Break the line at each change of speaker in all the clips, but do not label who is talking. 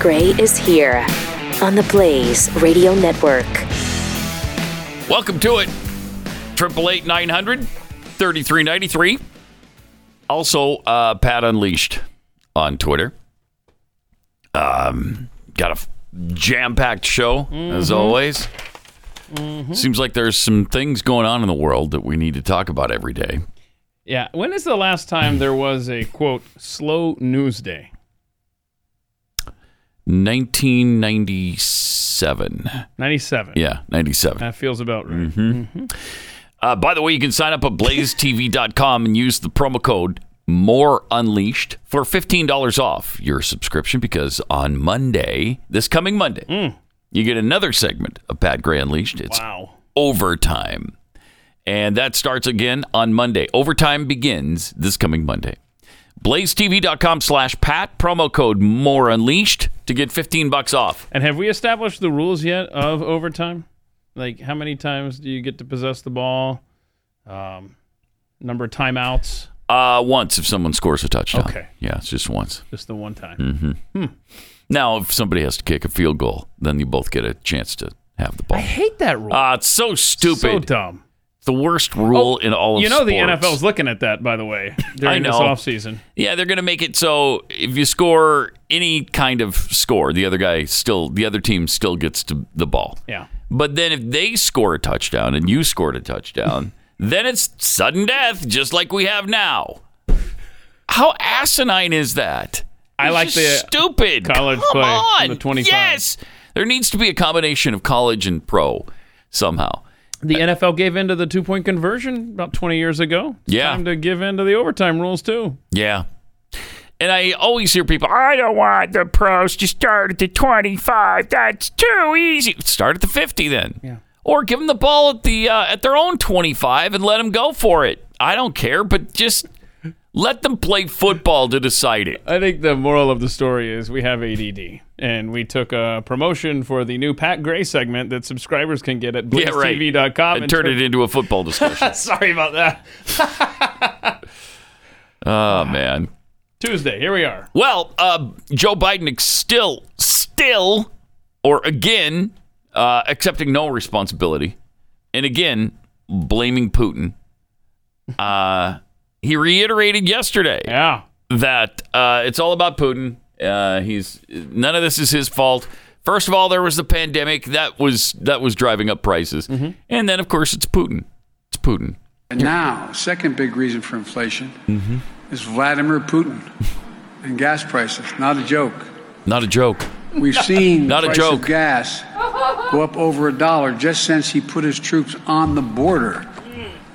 Gray is here on the Blaze Radio Network.
Welcome to it. 888 900 3393. Also, uh, Pat Unleashed on Twitter. Um, got a jam packed show, as always. Seems like there's some things going on in the world that we need to talk about every day.
Yeah. When is the last time there was a quote slow news day?
1997.
Ninety-seven.
Yeah, Mm-hmm. 97.
That feels about right.
Uh, by the way, you can sign up at blazetv.com and use the promo code more unleashed for $15 off your subscription because on Monday, this coming Monday, you get another segment of Pat Gray Unleashed. It's
Hmm. Wow.
overtime. And that starts again on Monday. Overtime begins this coming Monday. BlazeTV.com slash Pat, promo code more unleashed to get 15 bucks off.
And have we established the rules yet of overtime? Like how many times do you get to possess the ball? Um, number of timeouts,
Uh, once if someone scores a touchdown.
Okay.
Yeah, it's just once.
just the one time.
Hmm. Now, if somebody has to kick a field goal, then you both get a chance to have the
I
ball.
hate that rule.
Ah, it's so stupid.
So dumb.
the worst rule in all of
You know the
sports.
NFL's looking at that, by the way, during this
know.
offseason.
Yeah, they're going to make it so if you score any kind of score, the other guy still, the other team still gets to the ball.
Yeah.
But then if they score a touchdown and you scored a touchdown, then it's sudden death, just like we have now. How asinine is that?
I
It's
like
just
the uh,
stupid
college
Come
play
on.
in the 25.
Yes, there needs to be a combination of college and pro somehow.
The NFL gave in to the two point conversion about 20 years ago. It's
Yeah.
Time to give in to the overtime rules, too.
Yeah. And I always hear people, I don't want the pros to start at the 25. That's too easy. Start at the 50 then. Yeah. Or give them the ball at the uh, at their own 25 and let them go for it. I don't care, but just let them play football to decide it.
I think the moral of the story is we have ADD, and we took a promotion for the new Pat Gray segment that subscribers can get at
Yeah, right.
blazetv.com.
And turn it into a football discussion.
Sorry about that.
oh man.
Tuesday, here we are.
Well, uh, Joe Biden ex- still, still, or again, uh, accepting no responsibility, and again blaming Putin. Uh, he reiterated yesterday
Yeah.
that uh, it's all about Putin. Uh, he's none of this is his fault. First of all, there was the pandemic that was that was driving up prices, and then of course it's Putin. It's Putin.
And now, second big reason for inflation
Mm-hmm.
is Vladimir Putin and gas prices. Not a joke.
Not a joke.
We've seen
Not a
the price
joke.
of gas go up over a dollar just since he put his troops on the border.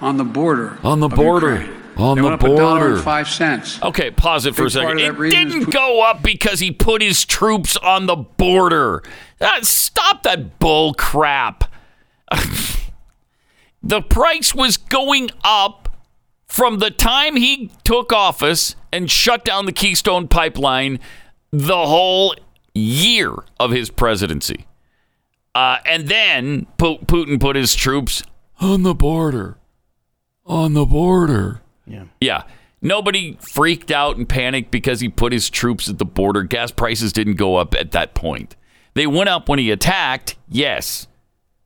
On the border.
On the
of
border.
Ukraine.
On
They
the
went up a dollar and
border.
five cents.
Okay, pause it for a
Big part
second.
of that
It
reason is
didn't
Pu-
go up because he put his troops on the border. Ah, stop that bull crap. the price was going up from the time he took office and shut down the Keystone Pipeline the whole year of his presidency. Uh, and then Pu- Putin put his troops on the border. On the border. Yeah. Nobody freaked out and panicked because he put his troops at the border. Gas prices didn't go up at that point. They went up when he attacked, yes.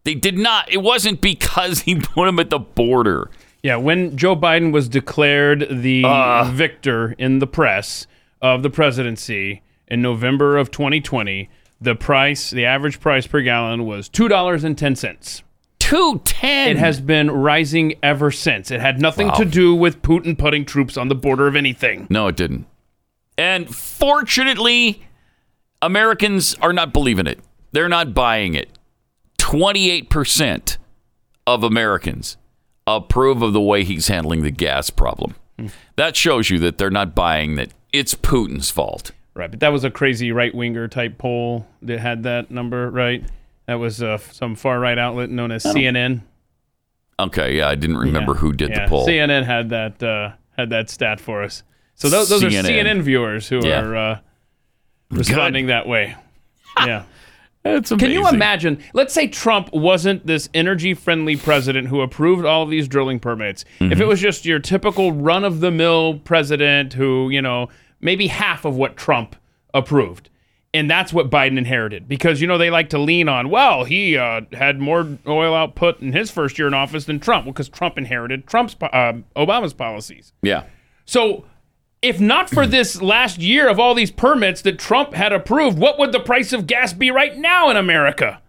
They did not. It wasn't because he put them at the border.
Yeah, when Joe Biden was declared the
Uh.
victor in the press of the presidency in November of 2020, the price, the average price per gallon was $2.10.
210.
It has been rising ever since. It had nothing to do with Putin putting troops on the border of anything.
No, it didn't. And fortunately, Americans are not believing it. They're not buying it. 28% of Americans approve of the way he's handling the gas problem. That shows you that they're not buying that it's Putin's fault.
Right, but that was a crazy right winger type poll that had that number, right? That was uh, some far right outlet known as CNN.
Okay, yeah, I didn't remember who did
Yeah,
the poll.
CNN had that uh, had that stat for us. So those, those are
CNN.
CNN viewers who
Yeah.
are uh, responding that way. Yeah.
That's
Can you
amazing.
imagine? Let's say Trump wasn't this energy friendly president who approved all of these drilling permits. If it was just your typical run of the mill president who, you know, maybe half of what Trump approved, and that's what Biden inherited because you know they like to lean on. Well, he uh, had more oil output in his first year in office than Trump. Well, because Trump inherited Trump's po- uh, Obama's policies.
Yeah.
So, if not for this last year of all these permits that Trump had approved, what would the price of gas be right now in America?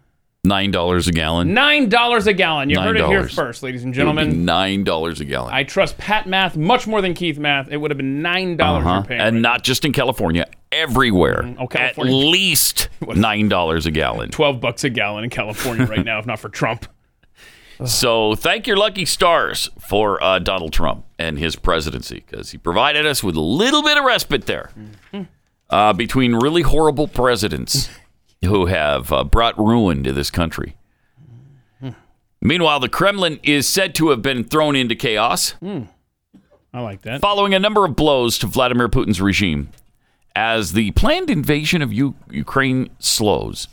Nine dollars a gallon.
Nine dollars a gallon. You heard it here
$9.
first, ladies and
It would be
gentlemen.
Nine dollars a gallon.
I trust Pat Math much more than Keith Math. It would have been nine dollars
Uh-huh.
you're paying.
And
right
not just in California, everywhere.
Oh,
At
California.
least nine dollars a gallon.
Twelve bucks a gallon in California right now, if not for Trump.
So thank your lucky stars for uh, Donald Trump and his presidency because he provided us with a little bit of respite there
Mm-hmm.
uh, between really horrible presidents who have uh, brought ruin to this country.
Mm-hmm.
Meanwhile, the Kremlin is said to have been thrown into chaos
I like that.
following a number of blows to Vladimir Putin's regime. As the planned invasion of U- Ukraine slows,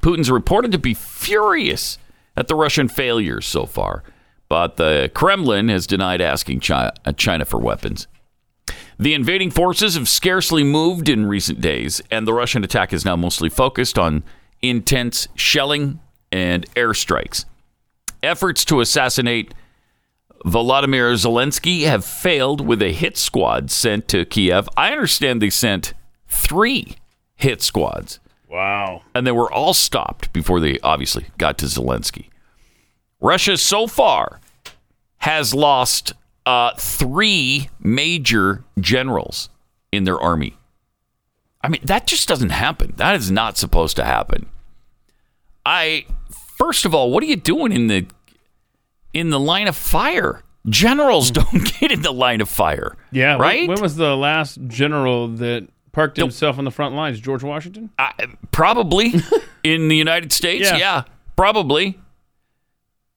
Putin's reported to be furious at the Russian failures so far, but the Kremlin has denied asking Chi- uh, China for weapons. The invading forces have scarcely moved in recent days, and the Russian attack is now mostly focused on intense shelling and airstrikes. Efforts to assassinate Volodymyr Zelensky have failed with a hit squad sent to Kiev. I understand they sent three hit squads,
Wow.
and they were all stopped before they obviously got to Zelensky. Russia so far has lost uh, three major generals in their army. I mean, that just doesn't happen. That is not supposed to happen. I first of all, what are you doing in the in the line of fire? Generals don't get in the line of fire.
Yeah. wh-
right.
When, was the last general that parked himself on the front lines? George Washington?
I, probably in the United States.
Yeah.
Yeah. probably.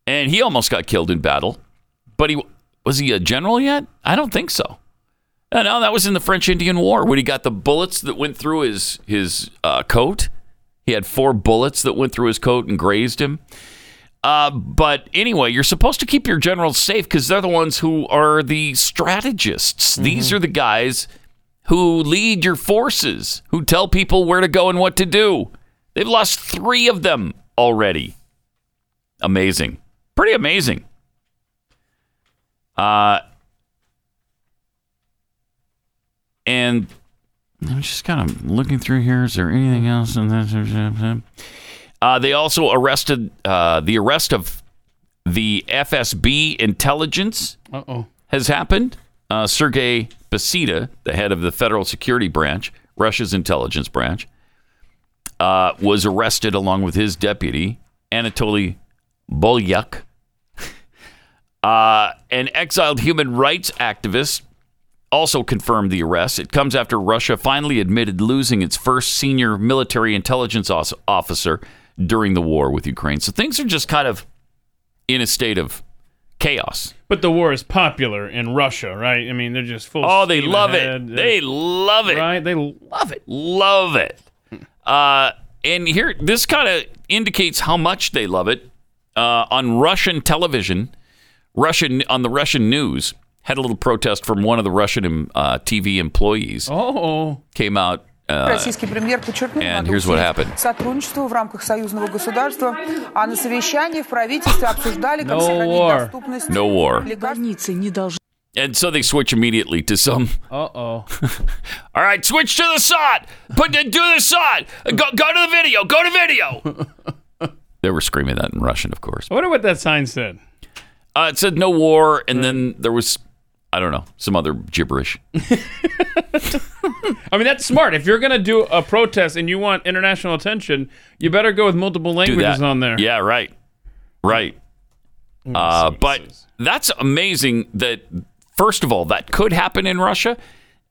And he almost got killed in battle, but he was he a general yet? I don't think so. Uh, No, that was in the French Indian War when he got the bullets that went through his his uh, coat. He had four bullets that went through his coat and grazed him. Uh, but anyway, you're supposed to keep your generals safe because they're the ones who are the strategists. These are the guys who lead your forces, who tell people where to go and what to do. They've lost three of them already. Amazing. Pretty amazing. Uh, and I'm just kind of looking through here. Is there anything else? in this? Uh, they also arrested uh, the arrest of the FSB intelligence
Uh oh.
has happened. Uh, Sergei Basida, the head of the Federal Security Branch, Russia's intelligence branch, uh, was arrested along with his deputy, Anatoly Bolyak, uh, an exiled human rights activist. Also confirmed the arrest. It comes after Russia finally admitted losing its first senior military intelligence os- officer during the war with Ukraine. So things are just kind of in a state of chaos.
But the war is popular in Russia, right? I mean, they're just full.
Oh, they
steam
love
ahead.
it. They love it.
right. They love it.
Love it. Uh, and here, this kind of indicates how much they love it. Uh, on Russian television, Russian on the Russian news had a little protest from one of the Russian um, uh, TV employees.
Oh,
Came out. Uh,
Российский премьер подчеркнул
And
надо
here's what
усилить
happened.
сотрудничество в рамках союзного государства, а на совещании в правительстве обсуждали, как
No
сохранить
war.
доступность
No war.
лекарств.
больницы не должны
and so they switch immediately to some.
uh oh.
All right, switch to the sod. Put do the sod. Go go to the video. Go to video. they were screaming that in Russian, of course.
I wonder what that sign said.
Uh, it said no war, and then there was, I don't know, some other gibberish.
I mean, that's smart. If you're gonna do a protest and you want international attention, you better go with multiple
Do
languages
that
on there.
Yeah, right, right. Uh, but that's amazing. That first of all, that could happen in Russia,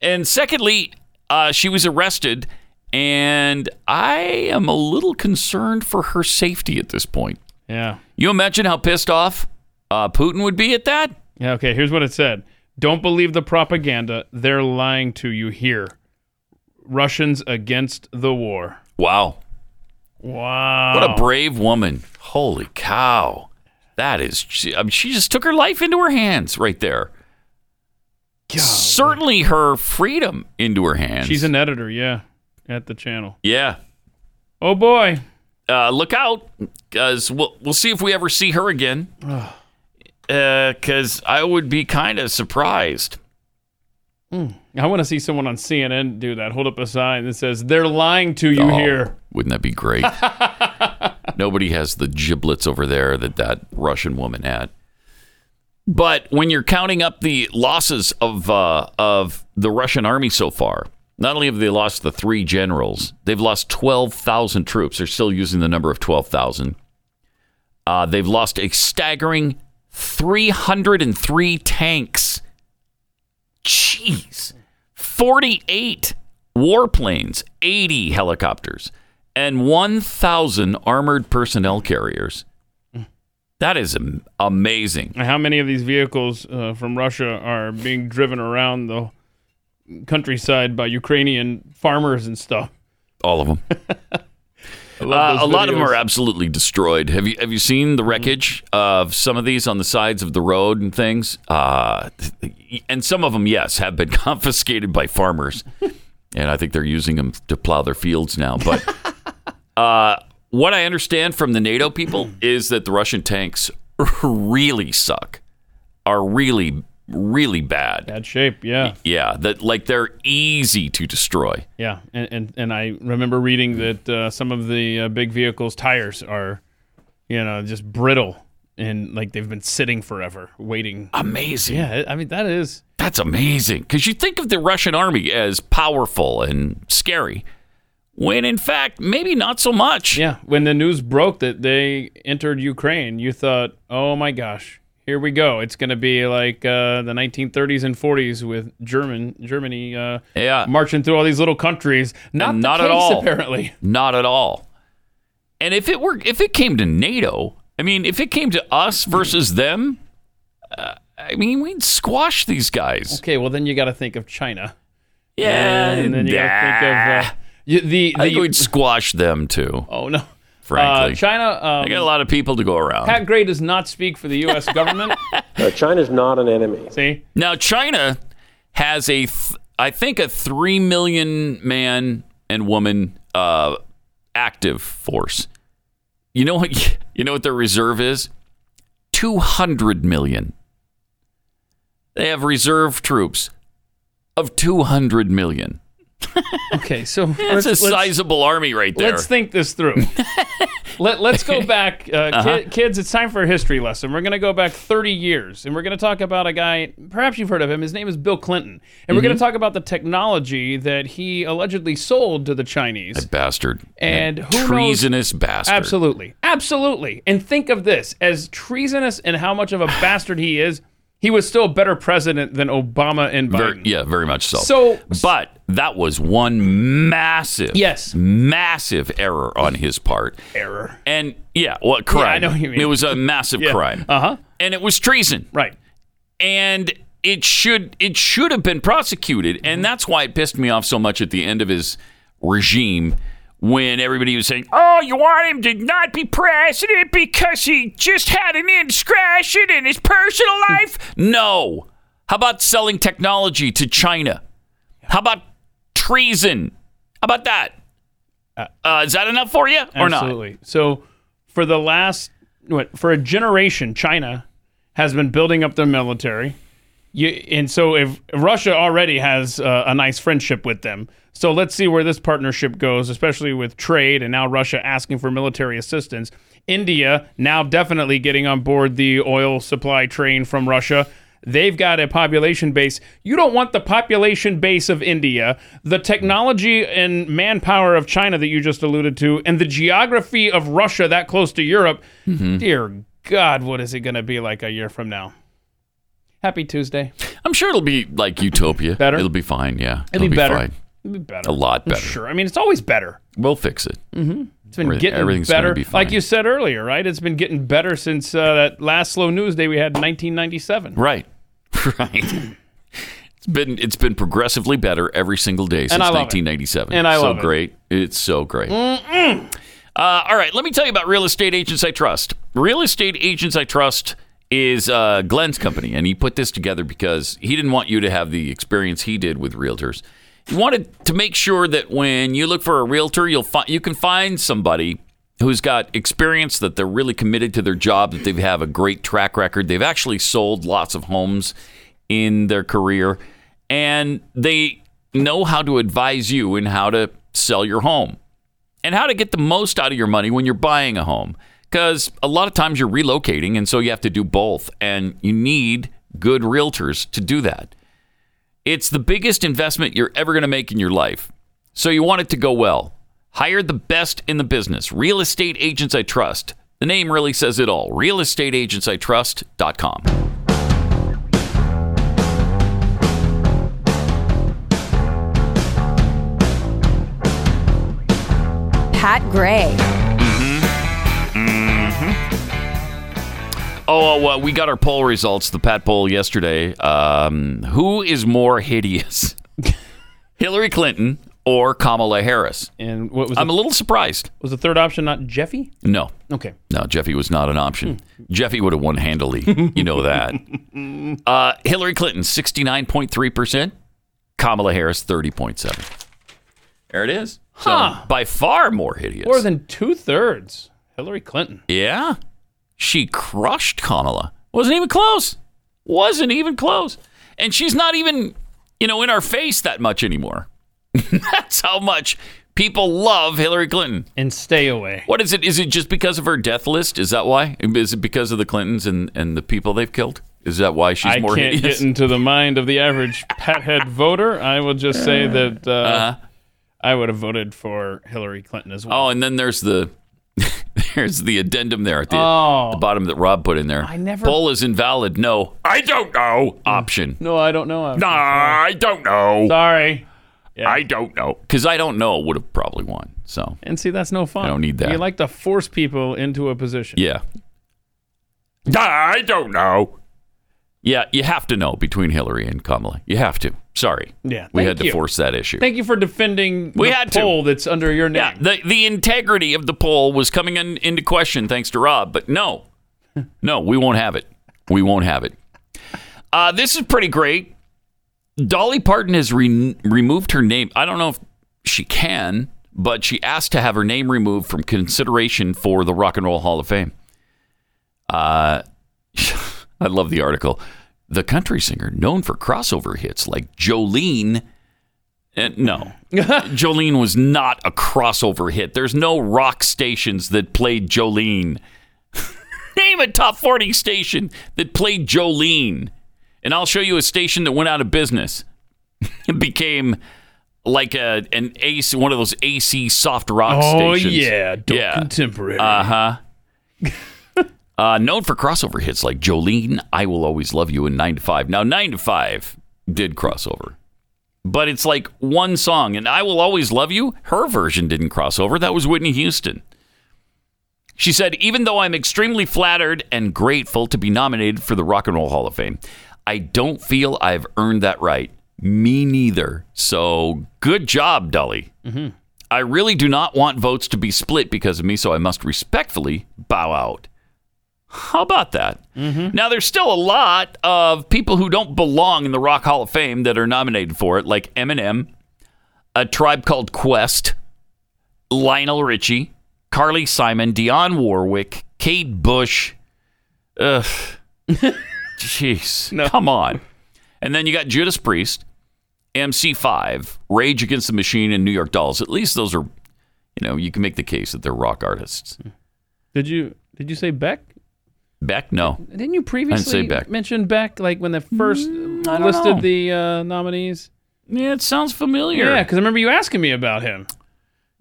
and secondly, uh, she was arrested, and I am a little concerned for her safety at this point.
Yeah.
You imagine how pissed off uh, Putin would be at that.
Yeah. Okay. Here's what it said. Don't believe the propaganda. They're lying to you here. Russians against the war.
Wow,
Wow.
What a brave woman. Holy cow. That is, she, I mean, she just took her life into her hands right there. Certainly her freedom into her hands.
She's an editor, yeah, at the channel.
yeah.
Oh boy.
uh, look out, because we'll, we'll see if we ever see her again. Because I would be kind of surprised.
I want to see someone on CNN do that. Hold up a sign that says, they're lying to you
Oh,
here.
Wouldn't that be great? Nobody has the giblets over there that that Russian woman had. But when you're counting up the losses of uh, of the Russian army so far, not only have they lost the three generals, they've lost twelve thousand troops. They're still using the number of twelve thousand. Uh, they've lost a staggering three hundred and three tanks. Jeez. 48 warplanes, 80 helicopters, and 1,000 armored personnel carriers. That is am- amazing.
How many of these vehicles uh, from Russia are being driven around the countryside by Ukrainian farmers and stuff?
All of them.
I
Uh,
love
a
those
lot of them
videos. Mm-hmm.
are absolutely destroyed. Have you have you seen the wreckage of some of these on the sides of the road and things? Uh, and some of them, yes, have been confiscated by farmers, and I think they're using them to plow their fields now. But uh, what I understand from the NATO people is that the Russian tanks really suck, are really really bad.
bad shape. Yeah.
Yeah, that like they're easy to destroy.
Yeah, and and, and I remember reading that uh, some of the uh, big vehicles' tires are, you know, just brittle and like they've been sitting forever waiting.
Amazing.
Yeah, I mean that is
That's amazing. Because you think of the Russian army as powerful and scary, when in fact, maybe not so much.
yeah. When the news broke that they entered Ukraine, you thought, oh my gosh, here we go. It's gonna be like uh, the 1930s and 40s with German Germany uh,
Yeah.
marching through all these little countries. Not
And
the
not at
case,
all.
apparently.
Not at all. And if it were, if it came to NATO, I mean, if it came to us versus them, uh, I mean, we'd squash these guys.
Okay, well then you got to think of China.
Yeah,
and then you got to think of uh, you- the
I think
the
we'd squash them too.
oh no.
Frankly,
Uh, China.
I got a
Um,
lot of people to go around.
Pat Gray does not speak for the U.S. government.
Uh, China's not an enemy.
See,
Now China has a, th- I think a three million man and woman uh, active force. You know what? You know what their reserve is? Two hundred million. They have reserve troops of two hundred million.
okay, so
That's
let's,
a sizable army right there.
let's think this through. Let, let's go back, uh,
Uh-huh.
ki- kids. It's time for a history lesson. We're going to go back 30 years, and we're going to talk about a guy. Perhaps you've heard of him. His name is Bill Clinton, and we're
Mm-hmm.
going to talk about the technology that he allegedly sold to the Chinese.
bastard
And who knows-
treasonous bastard.
Absolutely. Absolutely. And think of this as treasonous and how much of a bastard he is, he was still a better president than Obama and Biden.
Very, yeah, very much so.
So-
but that was one massive,
Yes.
massive error on his part.
Error.
And yeah, what crime?
I know what you mean.
It was a massive crime.
Uh huh.
And it was treason.
Right.
And it should it should have been prosecuted.
Mm-hmm.
And that's why it pissed me off so much at the end of his regime when everybody was saying, "Oh, you want him to not be president because he just had an indiscretion in his personal
Hmm.
life?" no. How about selling technology to China? How about treason? How about that? Uh, is that enough for you or not?
Absolutely. So for the last what for a generation, China has been building up their military. You, and so if Russia already has uh, a nice friendship with them, so let's see where this partnership goes, especially with trade and now Russia asking for military assistance. India now definitely getting on board the oil supply train from Russia. They've got a population base. You don't want the population base of India, the technology and manpower of China that you just alluded to, and the geography of Russia that close to Europe. Dear God, what is it going to be like a year from now? Happy Tuesday.
I'm sure it'll be like Utopia.
Better?
It'll be fine. Yeah.
It'll, be, better.
fine.
It'll be better.
A lot better.
Sure. I mean, it's always better.
We'll fix it.
It's been
Everything-
getting
everything's gonna
better.
be fine.
Like you said earlier, right? It's been getting better since uh, that last slow news day we had in 1997.
Right. Right. it's been it's been progressively better every single day since
I love it.
1997.
And I
so
love it.
great. It's so great. Uh, all right, let me tell you about Real Estate Agents I Trust. Real Estate Agents I Trust is uh, Glenn's company, and he put this together because he didn't want you to have the experience he did with realtors. wanted to make sure that when you look for a realtor, you'll find you can find somebody who's got experience that they're really committed to their job, that they have a great track record. They've actually sold lots of homes in their career, and they know how to advise you in how to sell your home and how to get the most out of your money when you're buying a home. Because a lot of times you're relocating, and so you have to do both, and you need good realtors to do that. It's the biggest investment you're ever going to make in your life. So you want it to go well. Hire the best in the business. Real Estate Agents I Trust. The name really says it all. RealEstateAgentsITrust.com.
Pat Gray.
Oh, well, we got our poll results, the Pat poll yesterday. Um, who is more hideous, Hillary Clinton or Kamala Harris?
And what was
I'm a
the,
little surprised.
was the third option not Jeffy?
No,
Okay.
No, Jeffy was not an option. Jeffy would have won handily. You know that. uh, Hillary Clinton, 69.3%. Kamala Harris, 30.7%. There it is. So, By far more hideous.
More than two thirds. Hillary Clinton.
yeah. She crushed Kamala. Wasn't even close. Wasn't even close. And she's not even, you know, in our face that much anymore. That's how much people love Hillary Clinton.
And stay away.
What is it? Is it just because of her death list? Is that why? Is it because of the Clintons and, and the people they've killed? Is that why she's
I
more
can't
hideous?
get into the mind of the average pathead voter. I will just say
Uh-huh.
that uh, I would have voted for Hillary Clinton as well.
oh, and then there's the there's the addendum there at the,
Oh.
the bottom that Rob put in there. I
never-
poll is invalid. No, I don't know. Option.
No, I don't know. I'm
Nah, I don't know.
sorry.
I don't know because I don't know would have probably won. So
And see, that's no fun.
I don't need that.
You like to force people into a position.
yeah. Nah, I don't know. Yeah, you have to know between Hillary and Kamala. You have to. Sorry.
Yeah,
We
thank
had to
you.
force that issue.
Thank you for defending
We
the
had to.
poll that's under your name.
Yeah, the the integrity of the poll was coming in, into question thanks to Rob, but no, no, we won't have it. We won't have it. Uh, this is pretty great. Dolly Parton has re- removed her name. I don't know if she can, but she asked to have her name removed from consideration for the Rock and Roll Hall of Fame. Uh, I love the article. The country singer, known for crossover hits like Jolene, uh, no, Jolene was not a crossover hit. There's no rock stations that played Jolene. Name a top 40 station that played Jolene, and I'll show you a station that went out of business. It became like a an AC, one of those AC soft rock
Oh
stations.
yeah, adult
Yeah.
contemporary.
Uh-huh. Uh, known for crossover hits like Jolene, I Will Always Love You, and 9 to 5. Now, 9 to 5 did crossover, but it's like one song. And I Will Always Love You, her version didn't cross over. That was Whitney Houston. She said, Even though I'm extremely flattered and grateful to be nominated for the Rock and Roll Hall of Fame, I don't feel I've earned that right. Me neither. So good job, Dolly. I really do not want votes to be split because of me, so I must respectfully bow out. How about that? Now, there's still a lot of people who don't belong in the Rock Hall of Fame that are nominated for it, like Eminem, a tribe called Quest, Lionel Richie, Carly Simon, Dionne Warwick, Kate Bush. Ugh. Jeez. Come on. And then you got Judas Priest, MC5, Rage Against the Machine, and New York Dolls. At least those are, you know, you can make the case that they're rock artists.
Did you did you say Beck?
Beck, no.
Didn't you previously
Beck.
mention Beck like when they first
I don't
listed
know.
the uh, nominees?
Yeah, it sounds familiar.
Yeah, because I remember you asking me about him.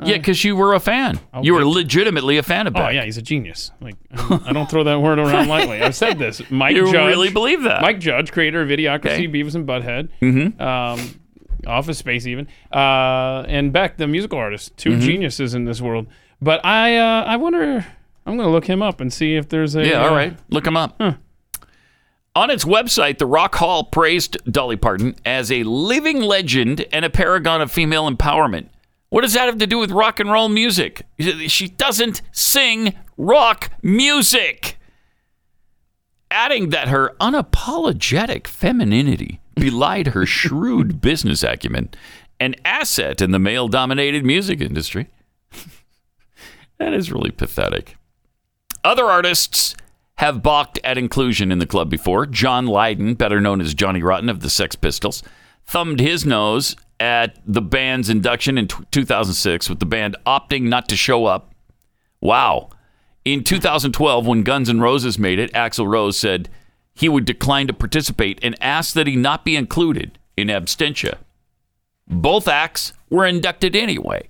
Yeah, because you were a fan. You were legitimately a fan of Beck.
Oh yeah, he's a genius. Like I'm- I don't throw that word around lightly. I've said this. Mike
You
Judge,
really believe that?
Mike Judge, creator of Idiocracy,
Okay.
Beavis and Butthead, mm-hmm. um, Office Space, even, uh, and Beck, the musical artist.
Mm-hmm.
2 geniuses in this world. But I, uh, I wonder. I'm going to look him up and see if there's a.
Yeah, all
uh,
right. Look him up. On its website, the Rock Hall praised Dolly Parton as a living legend and a paragon of female empowerment. What does that have to do with rock and roll music? She doesn't sing rock music. Adding that her unapologetic femininity belied her shrewd business acumen an asset in the male dominated music industry. that is really pathetic. Other artists have balked at inclusion in the club before. John Lydon, better known as Johnny Rotten of the Sex Pistols, thumbed his nose at the band's induction in t- 2006 with the band opting not to show up. Wow. In 2012, when Guns N' Roses made it, Axl Rose said he would decline to participate and asked that he not be included in abstention. Both acts were inducted anyway,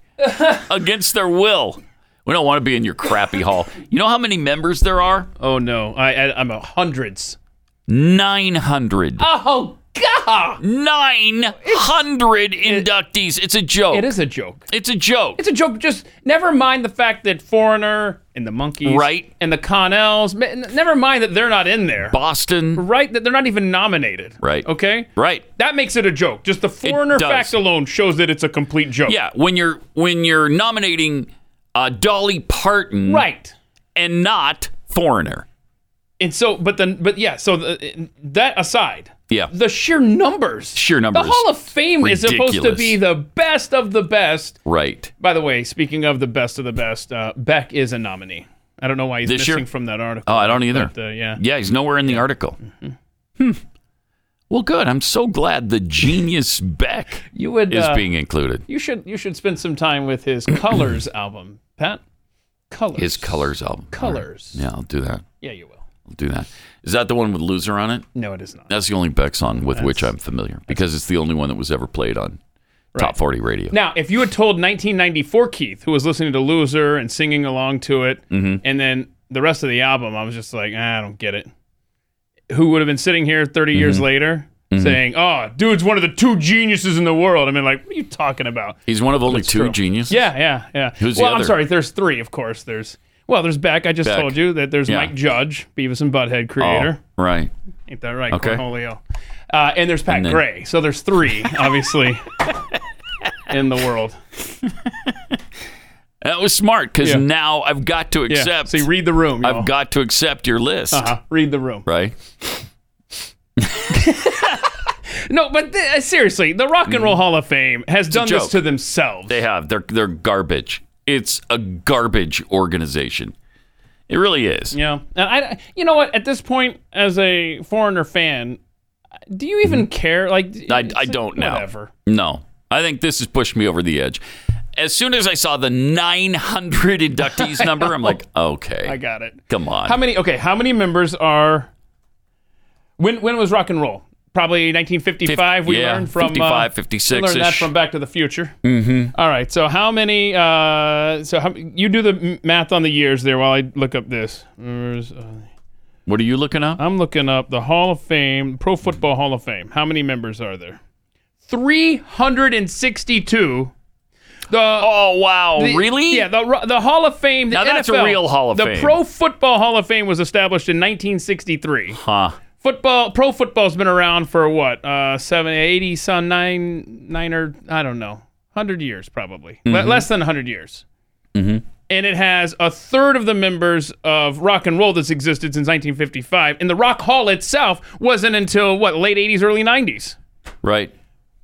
against their will. We don't want to be in your crappy hall. You know how many members there are?
Oh no, I, I I'm a hundreds.
900.
Oh god,
900 inductees. It's a joke.
it is a joke.
It's a joke.
It's a joke. Just never mind the fact that Foreigner and the Monkeys,
Right.
and the Connells. ma- n- Never mind that they're not in there.
Boston.
Right, that they're not even nominated.
Right.
Okay.
Right.
That makes it a joke. Just the Foreigner
does.
fact alone shows that it's a complete joke.
Yeah, when you're when you're nominating uh, Dolly Parton
Right.
and not Foreigner.
And so, but then, but yeah. So the, that aside,
Yeah.
the sheer numbers,
Sheer numbers.
The Hall of Fame is supposed to
Ridiculous.
be the best of the best.
Right.
By the way, speaking of the best of the best, uh, Beck is a nominee. I don't know why he's
This year?
missing from that article.
Oh, I don't either.
But, uh, yeah.
Yeah, he's nowhere in the article. Hmm.
Mm-hmm.
Well, good. I'm so glad the genius Beck
You would.
is
uh,
being included.
You should. You should spend some time with his Colors album, Pat. Colors.
His colors album.
Colors.
Yeah, I'll do that.
Yeah, you will.
I'll do that. Is that the one with "Loser" on it?
No, it is not.
That's the only Beck song with which I'm familiar because it's the only one that was ever played on Top 40 radio.
Now, if you had told 1994 Keith, who was listening to Loser and singing along to it,
Mm-hmm.
and then the rest of the album, I was just like, "Ah, I don't get it. Who would have been sitting here 30 years
Mm-hmm.
later saying, oh, dude's one of the two geniuses in the world? I mean, like, what are you talking about?
He's one of only two geniuses.
Yeah, yeah, yeah.
Who's the
well, I'm
other?
sorry, there's three, of course. There's, well, there's Beck. I just
Beck.
told you that there's
Yeah.
Mike Judge, Beavis and Butthead creator.
Oh, right.
Ain't that right,
Okay.
Cornholio? Uh, and there's Pat
And then-
Gray. So there's three, obviously, in the world.
That was smart because
Yeah.
now I've got to
Yeah.
accept.
So you read the room. y'all.
I've got to accept your list,
Uh-huh. Read the room.
right?
No, but th- uh, seriously, the Rock and Roll Hall of Fame has done this
Mm. joke.
to themselves.
They have. They're they're garbage. It's a garbage organization. It really is.
yeah, and I, you know what? At this point, as a foreigner fan, do you even care? Like,
Mm-hmm. I, I
it's-
don't know.
Whatever.
No. I think this has pushed me over the edge. As soon as I saw the 900 inductees number, I'm like, okay.
I got it.
Come on.
How many? Okay, how many members are? When when was rock and roll? Probably 1955. we
yeah,
learned from
55,
uh, We
56
learned that
-ish.
from Back to the Future. Mm-hmm. right. So how many? Uh, so how, you do the m- math on the years there while I look up this. Members, uh,
What are you looking up?
I'm looking up the Hall of Fame, Pro Football Hall of Fame. How many members are there? 362. The
oh, wow.
the-
really?
Yeah, the the Hall of Fame. The
Now that's a
NFL,
real Hall of
the
Fame.
Pro Football Hall of Fame was established in 1963.
Huh.
Football, pro football's been around for what, uh, seven, eighty, some nine, nine or I don't know, hundred years probably, Le-
Mm-hmm.
less than hundred years. And it has a third of the members of rock and roll that's existed since 1955, and the Rock Hall itself wasn't until what, late 80s, early 90s.
Right.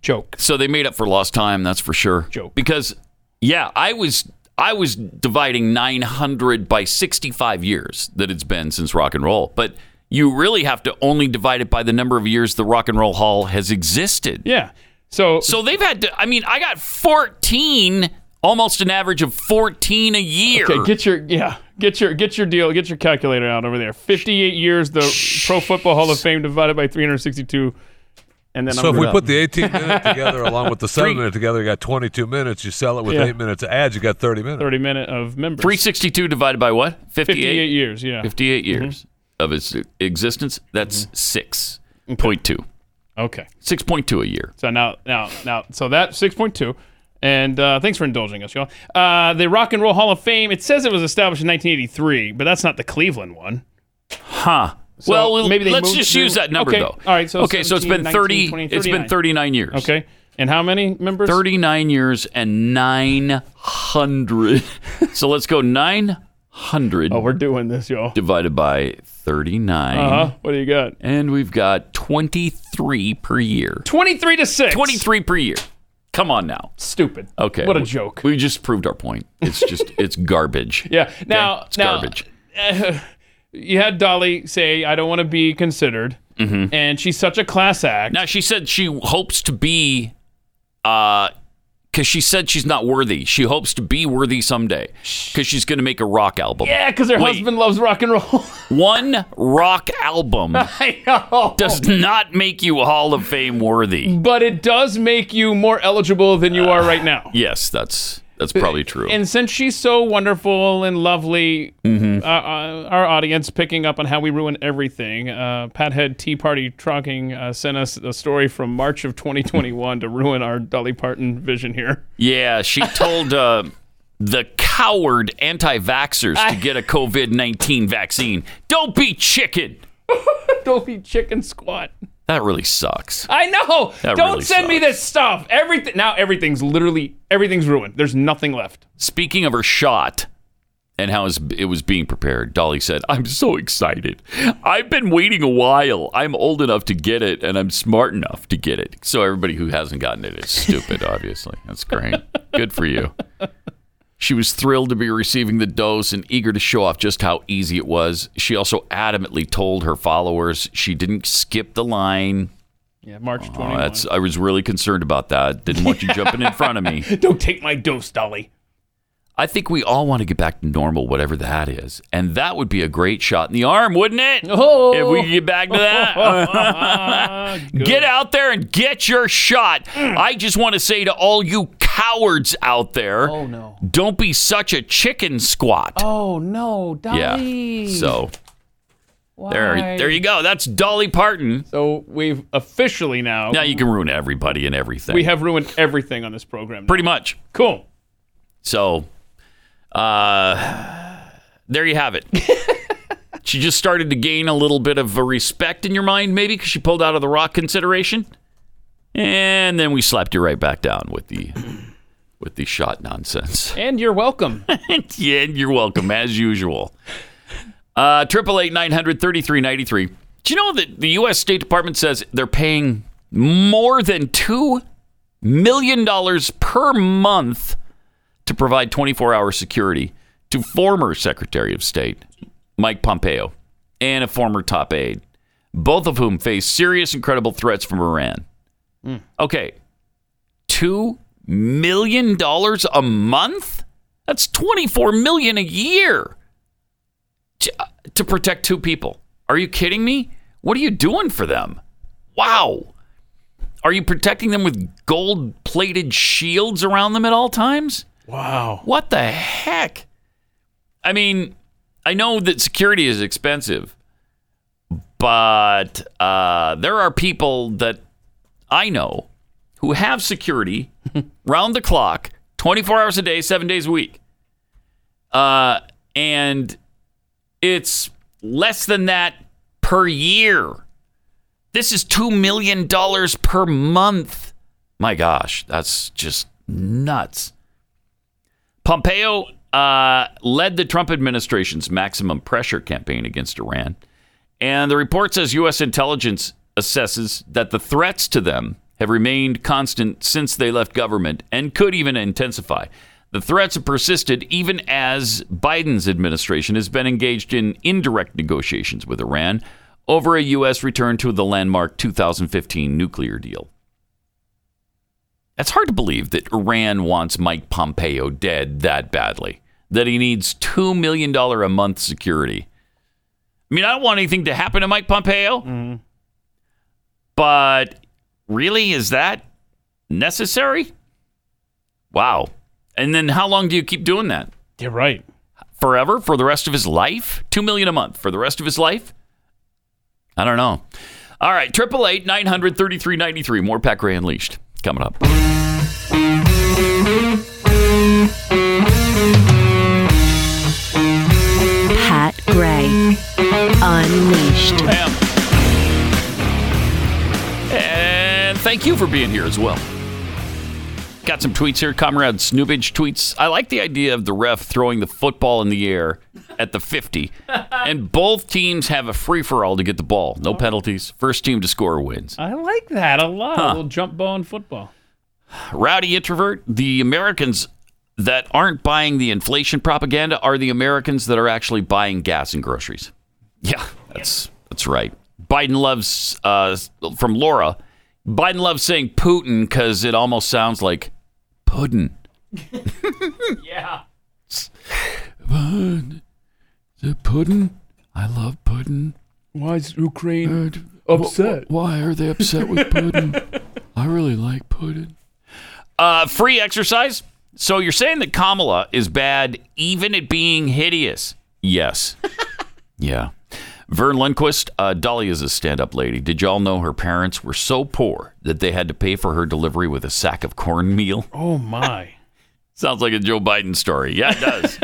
Joke.
So they made up for lost time, that's for sure.
Joke.
Because yeah, I was I was dividing 900 by 65 years that it's been since rock and roll, but you really have to only divide it by the number of years the Rock and Roll Hall has existed.
Yeah. So,
So they've had to I mean, I got 14 almost an average of 14 a year.
okay, get your yeah, get your get your deal, get your calculator out over there. 58 years, the Pro Football Hall of Fame divided by 362, and then
So
I'm
if we
done.
put the 18 minute together along with the 7 minute together, you got 22 minutes. You sell it with
Yeah.
8 minutes of ads, you got 30 minutes.
30 minute of members.
362 divided by what? 58.
58 years, yeah.
58
Mm-hmm.
years of its existence. That's 6.2.
Okay.
6.2 a year.
So now, now, now, so that 6.2. And uh, thanks for indulging us, y'all. Uh, the Rock and Roll Hall of Fame, it says it was established in 1983, but that's not the Cleveland one.
Huh. well, we'll-
maybe they
let's
moved
just
to-
use that number
Okay.
though.
All right, so
okay, so it's
17,
been 30
19, 20,
it's been
39.
39 years.
Okay. And how many members?
39 years and 900. so let's go 900
Oh, we're doing this, y'all.
divided by 39
Uh huh. What do you got?
and we've got 23 per year.
23 to 6.
23 per year. Come on now.
Stupid.
Okay.
What a
we-
joke.
We just proved our point. It's just it's garbage.
yeah. Now,
It's
now
garbage.
you had Dolly say, "I don't want to be considered," and she's such a class act.
Mm-hmm. Now she said she hopes to be uh cuz she said she's not worthy. She hopes to be worthy someday cuz she's going to make a rock album.
yeah, because her
Wait.
husband loves rock and roll.
One rock album
I know.
does not make you Hall of Fame worthy.
but it does make you more eligible than you are right now.
Yes, that's that's probably true.
And since she's so wonderful and lovely,
Mm-hmm.
uh, uh, our audience picking up on how we ruin everything. Uh, Pathead Tea Party Trucking uh, sent us a story from March of 2021 to ruin our Dolly Parton vision here.
Yeah, she told uh, the coward anti vaxxers to get a COVID 19 vaccine. Don't be chicken.
Don't be chicken squat.
That really sucks.
I know.
That
Don't
really
send me
sucks.
this stuff. Everything now, everything's literally everything's ruined. There's nothing left.
Speaking of her shot and how it was being prepared, Dolly said, I'm so excited. I've been waiting a while. I'm old enough to get it and I'm smart enough to get it. So everybody who hasn't gotten it is stupid, obviously. That's great. Good for you. She was thrilled to be receiving the dose and eager to show off just how easy it was. She also adamantly told her followers she didn't skip the line.
Yeah, March 21.
Oh, that's I was really concerned about that. Didn't want you jumping in front of me.
Don't take my dose, Dolly.
I think we all want to get back to normal, whatever that is. And that would be a great shot in the arm, wouldn't it?
Oh.
If we could get back to that. get out there and get your shot. I just want to say to all you cowards out there
Oh no.
don't be such a chicken squat.
Oh no, Dolly.
yeah. So there, there you go. That's Dolly Parton.
So we've officially now
Now you can ruin everybody and everything.
we have ruined everything on this program.
pretty much.
cool.
So, uh, there you have it. she just started to gain a little bit of a respect in your mind, maybe, because she pulled out of the rock consideration, and then we slapped you right back down with the with the shot nonsense.
And you're welcome.
yeah, and you're welcome as usual. Uh, Triple eight nine hundred thirty three ninety three. Do you know that the U.S. State Department says they're paying more than two million dollars per month to provide twenty four hour security to former Secretary of State Mike Pompeo and a former top aide, both of whom face serious and credible threats from Iran. Okay, two million dollars a month. That's 24 million a year to, uh, to protect two people. Are you kidding me? What are you doing for them? Wow. Are you protecting them with gold-plated shields around them at all times?
wow.
What the heck? I mean, I know that security is expensive, but uh, there are people that I know who have security round the clock, 24 hours a day, seven days a week. Uh, and it's less than that per year. This is $2 million per month. My gosh, that's just nuts. Pompeo uh, led the Trump administration's maximum pressure campaign against Iran. And the report says U.S. intelligence assesses that the threats to them have remained constant since they left government and could even intensify. The threats have persisted even as Biden's administration has been engaged in indirect negotiations with Iran over a U.S. return to the landmark 2015 nuclear deal. It's hard to believe that Iran wants Mike Pompeo dead that badly, that he needs $2 million a month security. I mean, I don't want anything to happen to Mike Pompeo, but really, is that necessary? Wow. And then how long do you keep doing that?
You're right.
forever for the rest of his life? Two million a month for the rest of his life? I don't know. All right, triple eight nine hundred thirty three ninety three. More Pat Gray Unleashed coming up.
Pat Gray. Unleashed.
Pam. And thank you for being here as well. Got some tweets here. Comrade Snoobage tweets I like the idea of the ref throwing the football in the air at the 50, and both teams have a free for all to get the ball. No penalties. First team to score wins.
I like that a lot. A little jump ball in football.
Rowdy introvert, the Americans that aren't buying the inflation propaganda are the Americans that are actually buying gas and groceries. Yeah, that's that's right. Biden loves uh, from Laura. Biden loves saying Putin because it almost sounds like puddin. yeah. Puddin. I love puddin.
Why is Ukraine
Good.
upset?
Why are they upset with Putin? I really like Putin. Uh, free exercise. So you're saying that Kamala is bad, even at being hideous? Yes. yeah. Vern Lundquist, uh, Dolly is a stand-up lady. Did y'all know her parents were so poor that they had to pay for her delivery with a sack of cornmeal?
Oh my!
Sounds like a Joe Biden story. Yeah, it does.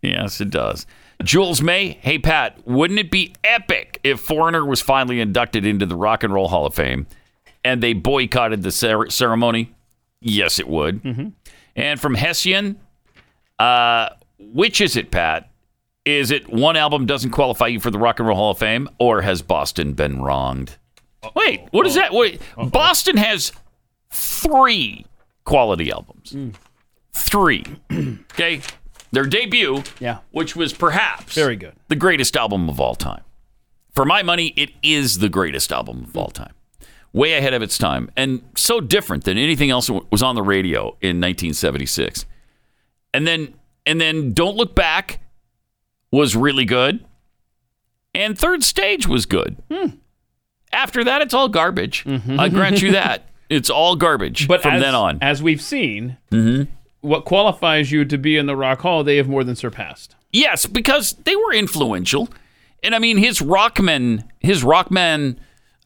yes, it does. Jules May, hey Pat, wouldn't it be epic if Foreigner was finally inducted into the Rock and Roll Hall of Fame and they boycotted the cer- ceremony? Yes, it would.
Mm-hmm.
And from Hessian, uh, which is it, Pat? Is it one album doesn't qualify you for the Rock and Roll Hall of Fame, or has Boston been wronged? Wait, what is that? Wait, Boston has three quality albums
Mm.
three. okay, their debut,
Yeah.
which was perhaps
Very good.
the greatest album of all time. For my money, it is the greatest album of all time. Way ahead of its time, and so different than anything else that was on the radio in 1976. And then, and then, Don't Look Back was really good, and Third Stage was good.
Hmm.
After that, it's all garbage. I grant you that it's all garbage.
But
from
as,
then on, Mm-hmm.
as we've seen, what qualifies you to be in the Rock Hall, they have more than surpassed.
Yes, because they were influential, and I mean his Rockman, his Rockman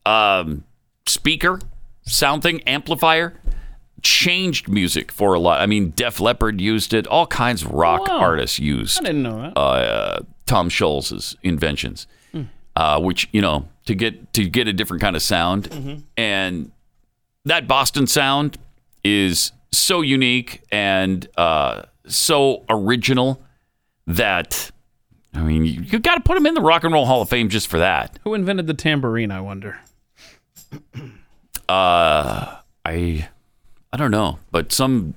um, speaker, sound thing, amplifier changed music for a lot. I mean, Def Leppard used it. All kinds of rock
Wow.
artists used
I didn't know that.
uh, Tom Scholz's inventions, uh, which you know to get to get a different kind of sound, and that Boston sound is so unique and uh, so original that I mean you, you got to put him in the Rock and Roll Hall of Fame just for that.
Who invented the tambourine? I wonder.
Uh, I I don't know, but some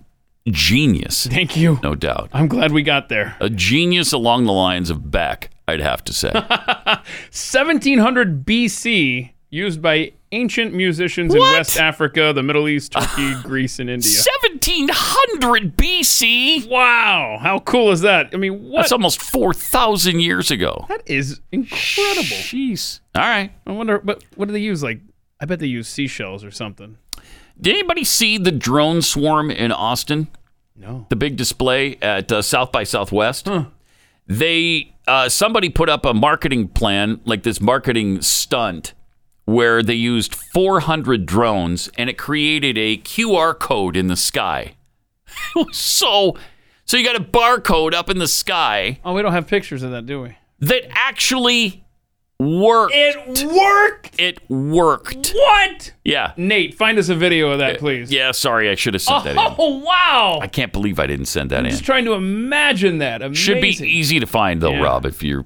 genius,
Thank you.
no doubt,
I'm glad we got there.
a genius along the lines of Beck, I'd have to say.
1700 BC, used by ancient musicians in
What?
West Africa, the Middle East, Turkey, Greece, and India.
1700 BC.
Wow, how cool is that? I mean, what?
That's almost 4,000 years ago.
that is incredible.
Jeez. All right.
I wonder, but what do they use? Like, I bet they use seashells or something.
Did anybody see the drone swarm in Austin?
No.
The big display at uh, South by Southwest? They, uh, somebody put up a marketing plan, like this marketing stunt, where they used 400 drones and it created a QR code in the sky. It was so, so you got a barcode up in the sky
Oh, we don't have pictures of that, do we?
that actually worked.
It worked.
It worked.
What?
Yeah.
Nate, find us a video of that, please.
Yeah, sorry, I should have sent that in.
Oh wow!
I can't believe I didn't send that in.
Just trying to imagine that. Amazing.
Should be easy to find though,
Yeah.
Rob, if you're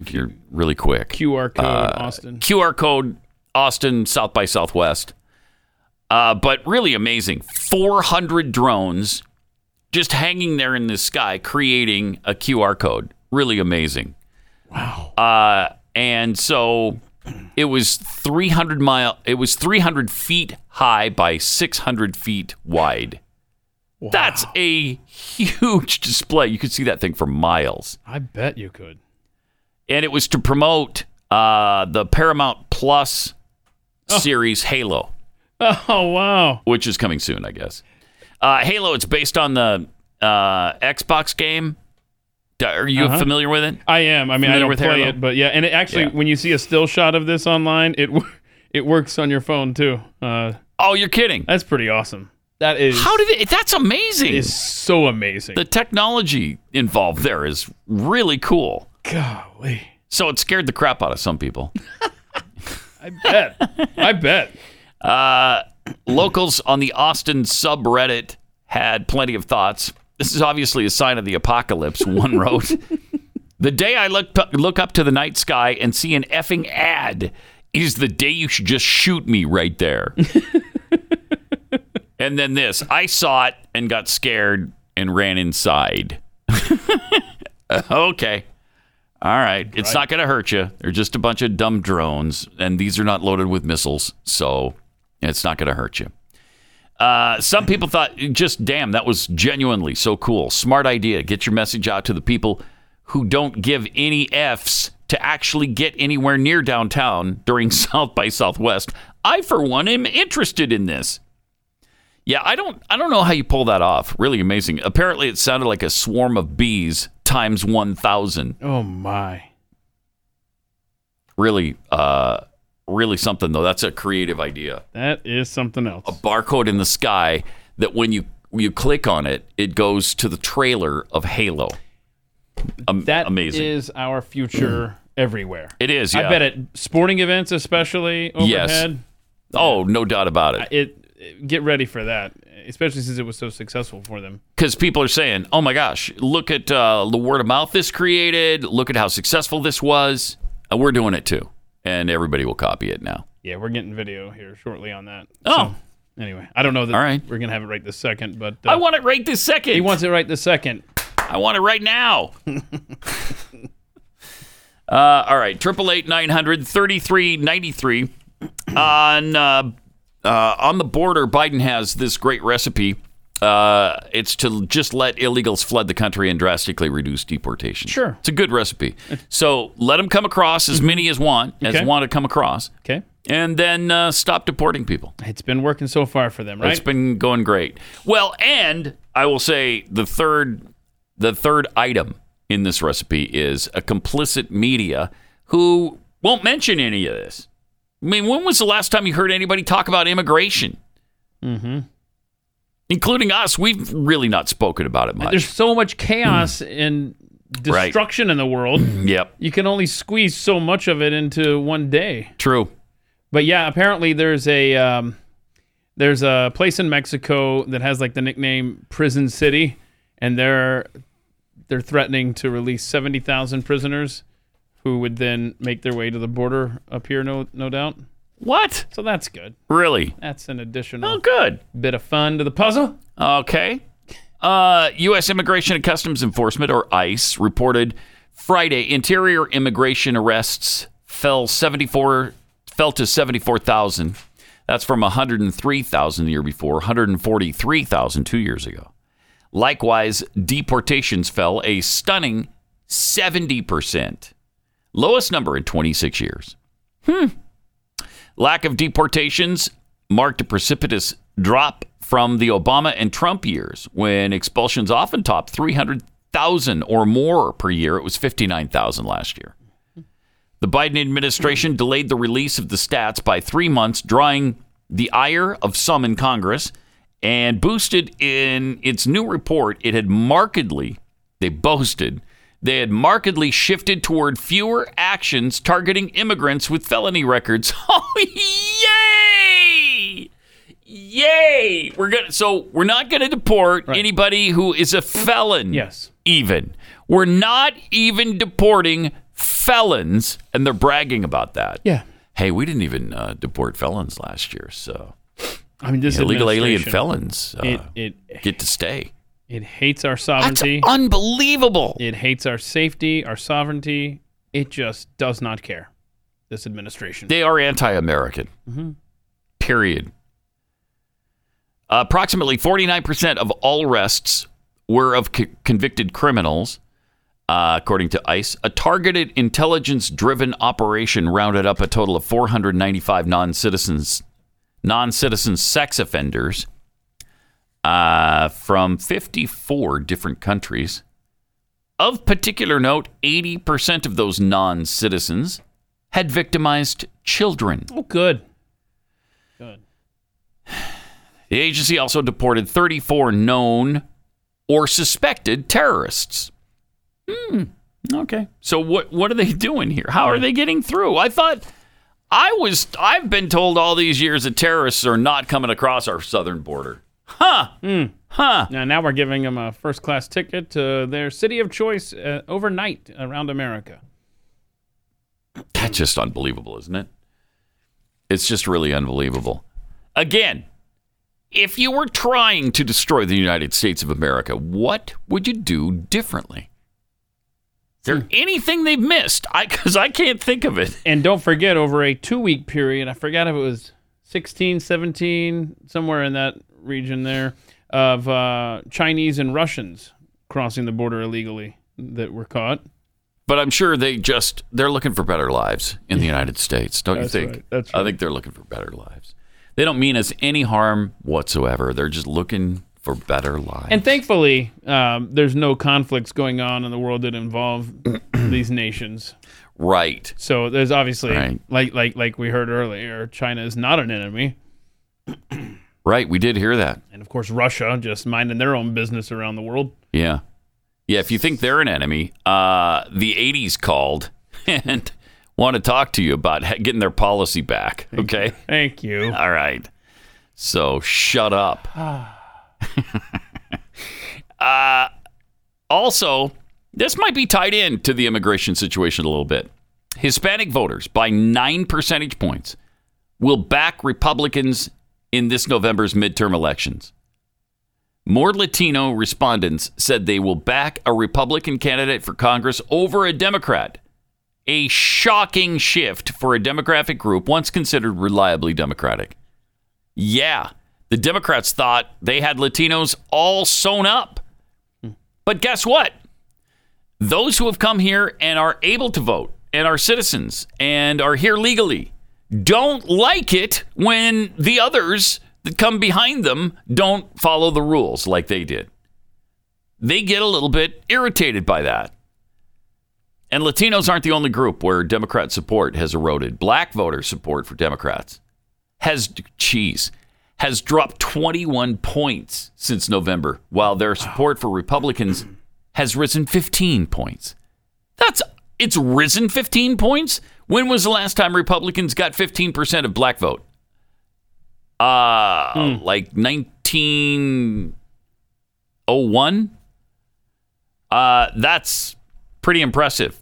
if you're really quick.
QR code,
Uh,
Austin.
QR code Austin South by Southwest. Uh, but really amazing. 400 drones just hanging there in the sky creating a QR code. Really amazing. Wow. Uh, and so it was 300 mile it was 300 feet high by 600 feet wide. That's a huge display. You could see that thing for miles
I bet you could.
and it was to promote uh, the Paramount Plus series Halo,
Oh wow!
which is coming soon, I guess. Uh, Halo, it's based on the uh, Xbox game. D- Are you
Uh-huh.
familiar with it?
I am. I mean, I
Familiar
don't
with
play
Halo?
it, but yeah. And it actually,
Yeah.
when you see a still shot of this online, it wo- it works on your phone too. Uh,
Oh, you're kidding!
that's pretty awesome. That is
How did it? That's amazing.
is so amazing.
the technology involved there is really cool.
Golly,
So it scared the crap out of some people.
I bet. I bet.
Uh, Locals on the Austin subreddit had plenty of thoughts. This is obviously a sign of the apocalypse, one wrote. the day I look, look up to the night sky and see an effing ad is the day you should just shoot me right there. And then this. I saw it and got scared and ran inside. okay. All right. It's not going to hurt you. They're just a bunch of dumb drones, and these are not loaded with missiles, so it's not going to hurt you. Uh, some people thought, just damn, that was genuinely so cool. Smart idea. Get your message out to the people who don't give any F's to actually get anywhere near downtown during South by Southwest. I, for one, am interested in this. Yeah, I don't I don't know how you pull that off. Really amazing. Apparently it sounded like a swarm of bees times 1000.
Oh my.
Really uh really something though. That's a creative idea.
That is something else.
Barcode in the sky that when you you click on it, it goes to the trailer of Halo. Am-
That
amazing.
is our future everywhere.
it is. Yeah.
I bet at sporting events, especially
Yes.
overhead,
Oh, no doubt about it.
it, it- get ready for that, especially since it was so successful for them.
because people are saying, "Oh my gosh, look at uh, the word of mouth this created. Look at how successful this was. And we're doing it too, and everybody will copy it now."
Yeah, we're getting video here shortly on that.
Oh.
So, anyway, I don't know that
All right.
we're gonna have it right this second, but uh,
I want it right this second.
he wants it right this second.
I want it right now. uh, all right, triple eight nine hundred thirty three ninety three. On uh, uh, on the border, Biden has this great recipe. Uh, it's to just let illegals flood the country and drastically reduce deportation.
Sure.
it's a good recipe. So let them come across as many as want as
Okay.
want to come across,
Okay,
and then uh, stop deporting people.
it's been working so far for them, right?
It's been going great. Well, and I will say the third the third item in this recipe is a complicit media who won't mention any of this. I mean, when was the last time you heard anybody talk about immigration? Mm-hmm. Including us, we've really not spoken about it much. Hmm.
There's so much chaos and
Right.
destruction in the world.
yep,
You can only squeeze so much of it into one day.
true.
But yeah, apparently there's a um, there's a place in Mexico that has like the nickname Prison City, and they're they're threatening to release seventy thousand prisoners, who would then make their way to the border up here, no no doubt.
What?
So that's good.
Really?
That's an
Oh,
additional
good.
bit of fun to the puzzle.
Okay. Uh, U.S. Immigration and Customs Enforcement, or ICE, reported Friday interior immigration arrests fell 74 fell to 74,000. That's from 103,000 the year before, 143,000 two years ago. Likewise, deportations fell a stunning 70%, lowest number in 26 years. Lack of deportations marked a precipitous drop from the Obama and Trump years when expulsions often topped 300,000 or more per year. It was 59,000 last year. The Biden administration delayed the release of the stats by three months, drawing the ire of some in Congress and boosted in its new report. It had markedly, they boasted, they had markedly shifted toward fewer actions targeting immigrants with felony records. Oh, yay! Yay! We're gonna so we're not gonna deport anybody who is a felon
Yes.
even. We're not even deporting felons, and they're bragging about that.
Yeah.
Hey, we didn't even uh, deport felons last year, so
I mean, this
illegal alien
administration,
felons uh,
It it
get to stay.
it hates our
That's
sovereignty.
unbelievable.
It hates our safety, our sovereignty. It just does not care. This administration. Mm-hmm.
They are anti-American. Period. Approximately 49% of all arrests were of c- convicted criminals, uh, according to ICE. A targeted intelligence-driven operation rounded up a total of 495 non-citizens, non-citizen sex offenders uh, from 54 different countries. Of particular note, 80% of those non-citizens had victimized children.
oh, good.
The agency also deported 34 known or suspected terrorists. Hmm. Okay. So what what are they doing here? How are they getting through? I thought I was I've been told all these years that terrorists are not coming across our southern border. Huh. Huh.
Now, now we're giving them a first class ticket to their city of choice uh, overnight around America.
That's just unbelievable, isn't it? It's just really unbelievable. Again, If you were trying to destroy the United States of America, what would you do differently? Is
Hmm.
there anything they've missed? I because I can't think of it.
And don't forget, over a two week period, I forgot if it was 16, 17, somewhere in that region there, of uh, Chinese and Russians crossing the border illegally that were caught.
But I'm sure they just they're looking for better lives in the United States, don't
That's
you think?
right, that's
I
right.
think they're looking for better lives. They don't mean us any harm whatsoever. They're just looking for better lives.
And thankfully, um, there's no conflicts going on in the world that involve these nations.
right.
So there's obviously,
Right.
like like like we heard earlier, China is not an enemy,
Right. We did hear that.
and of course Russia just minding their own business around the world.
Yeah. Yeah, if you think they're an enemy, uh, the 80s called and want to talk to you about ha- getting their policy back. Okay.
Thank you.
All right. So shut up. uh, also, this might be tied in to the immigration situation a little bit. Hispanic voters by nine percentage points will back Republicans in this November's midterm elections. More Latino respondents said they will back a Republican candidate for Congress over a Democrat a shocking shift for a demographic group once considered reliably democratic. Yeah, the Democrats thought they had Latinos all sewn up. But guess what? Those who have come here and are able to vote and are citizens and are here legally don't like it when the others that come behind them don't follow the rules like they did. They get a little bit irritated by that. And Latinos aren't the only group where Democrat support has eroded. Black voter support for Democrats has, geez, has dropped 21 points since November, while their support for Republicans has risen 15 points. That's, it's risen 15 points? When was the last time Republicans got 15% of black vote? Uh, like 1901? Uh, that's pretty impressive.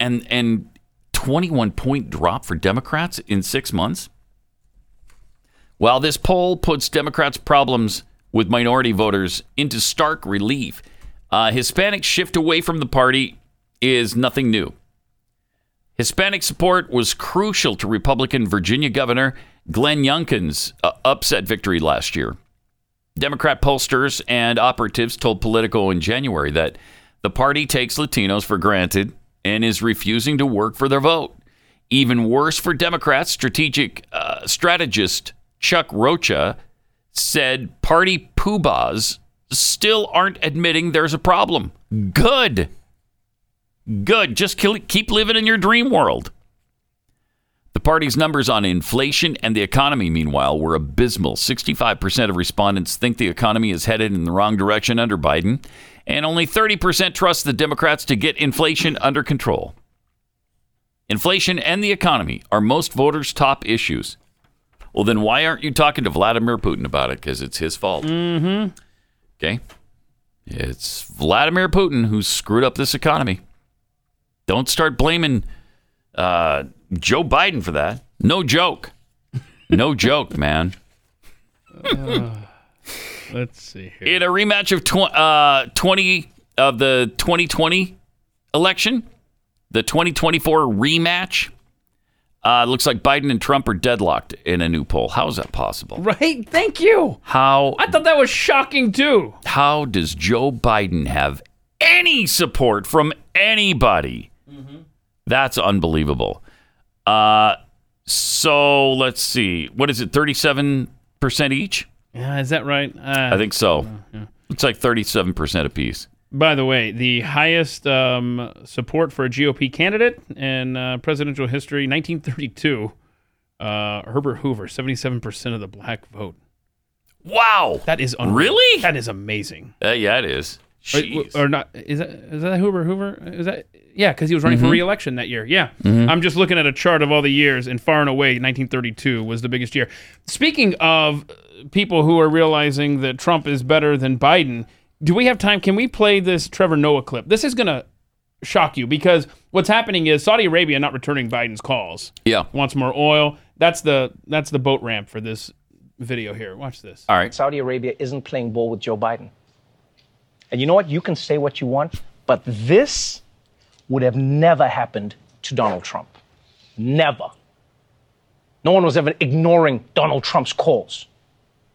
And and 21 point drop for Democrats in 6 months. While this poll puts Democrats' problems with minority voters into stark relief, uh, Hispanic shift away from the party is nothing new. Hispanic support was crucial to Republican Virginia Governor Glenn Youngkin's uh, upset victory last year. Democrat pollsters and operatives told Politico in January that the party takes Latinos for granted and is refusing to work for their vote. Even worse for Democrats, strategic uh, strategist Chuck Rocha said party poobahs still aren't admitting there's a problem. Good. Good. Just kill, keep living in your dream world. The party's numbers on inflation and the economy, meanwhile, were abysmal. 65% of respondents think the economy is headed in the wrong direction under Biden, and only 30% trust the Democrats to get inflation under control. Inflation and the economy are most voters' top issues. Well, then why aren't you talking to Vladimir Putin about it? Because it's his fault. Mm-hmm. Okay. It's Vladimir Putin who screwed up this economy. Don't start blaming uh, Joe Biden for that. No joke. No joke, man.
Let's see here.
In a rematch of tw- uh, 20 of the 2020 election, the 2024 rematch, uh, looks like Biden and Trump are deadlocked in a new poll. How is that possible?
Right? Thank you.
How
I thought that was shocking too.
how does Joe Biden have any support from anybody?
Mm-hmm.
That's unbelievable. Uh, so let's see. What is it? 37% each?
Yeah, is that right? Uh,
I think so. It's like 37% apiece.
By the way, the highest um, support for a GOP candidate in uh, presidential history, 1932, uh, Herbert Hoover, 77% of the black vote.
Wow.
That is unreal.
Really?
That is amazing.
Uh, yeah, it is.
Wait, w-
Jeez.
Or, not? Is that is that Hoover? Hoover? Is that? Yeah, because he was
Mm-hmm.
running for re-election that year. Yeah, I'm just looking at a chart of all the years, and far and away, 1932 was the biggest year. Speaking of uh, people who are realizing that Trump is better than Biden, do we have time? Can we play this Trevor Noah clip? This is gonna shock you because what's happening is Saudi Arabia not returning Biden's calls.
yeah.
Wants more oil. That's the that's the boat ramp for this video here. Watch this.
All right.
Saudi Arabia isn't playing ball with Joe Biden. And you know what? You can say what you want, but this would have never happened to Donald Trump. Never. No one was ever ignoring Donald Trump's calls.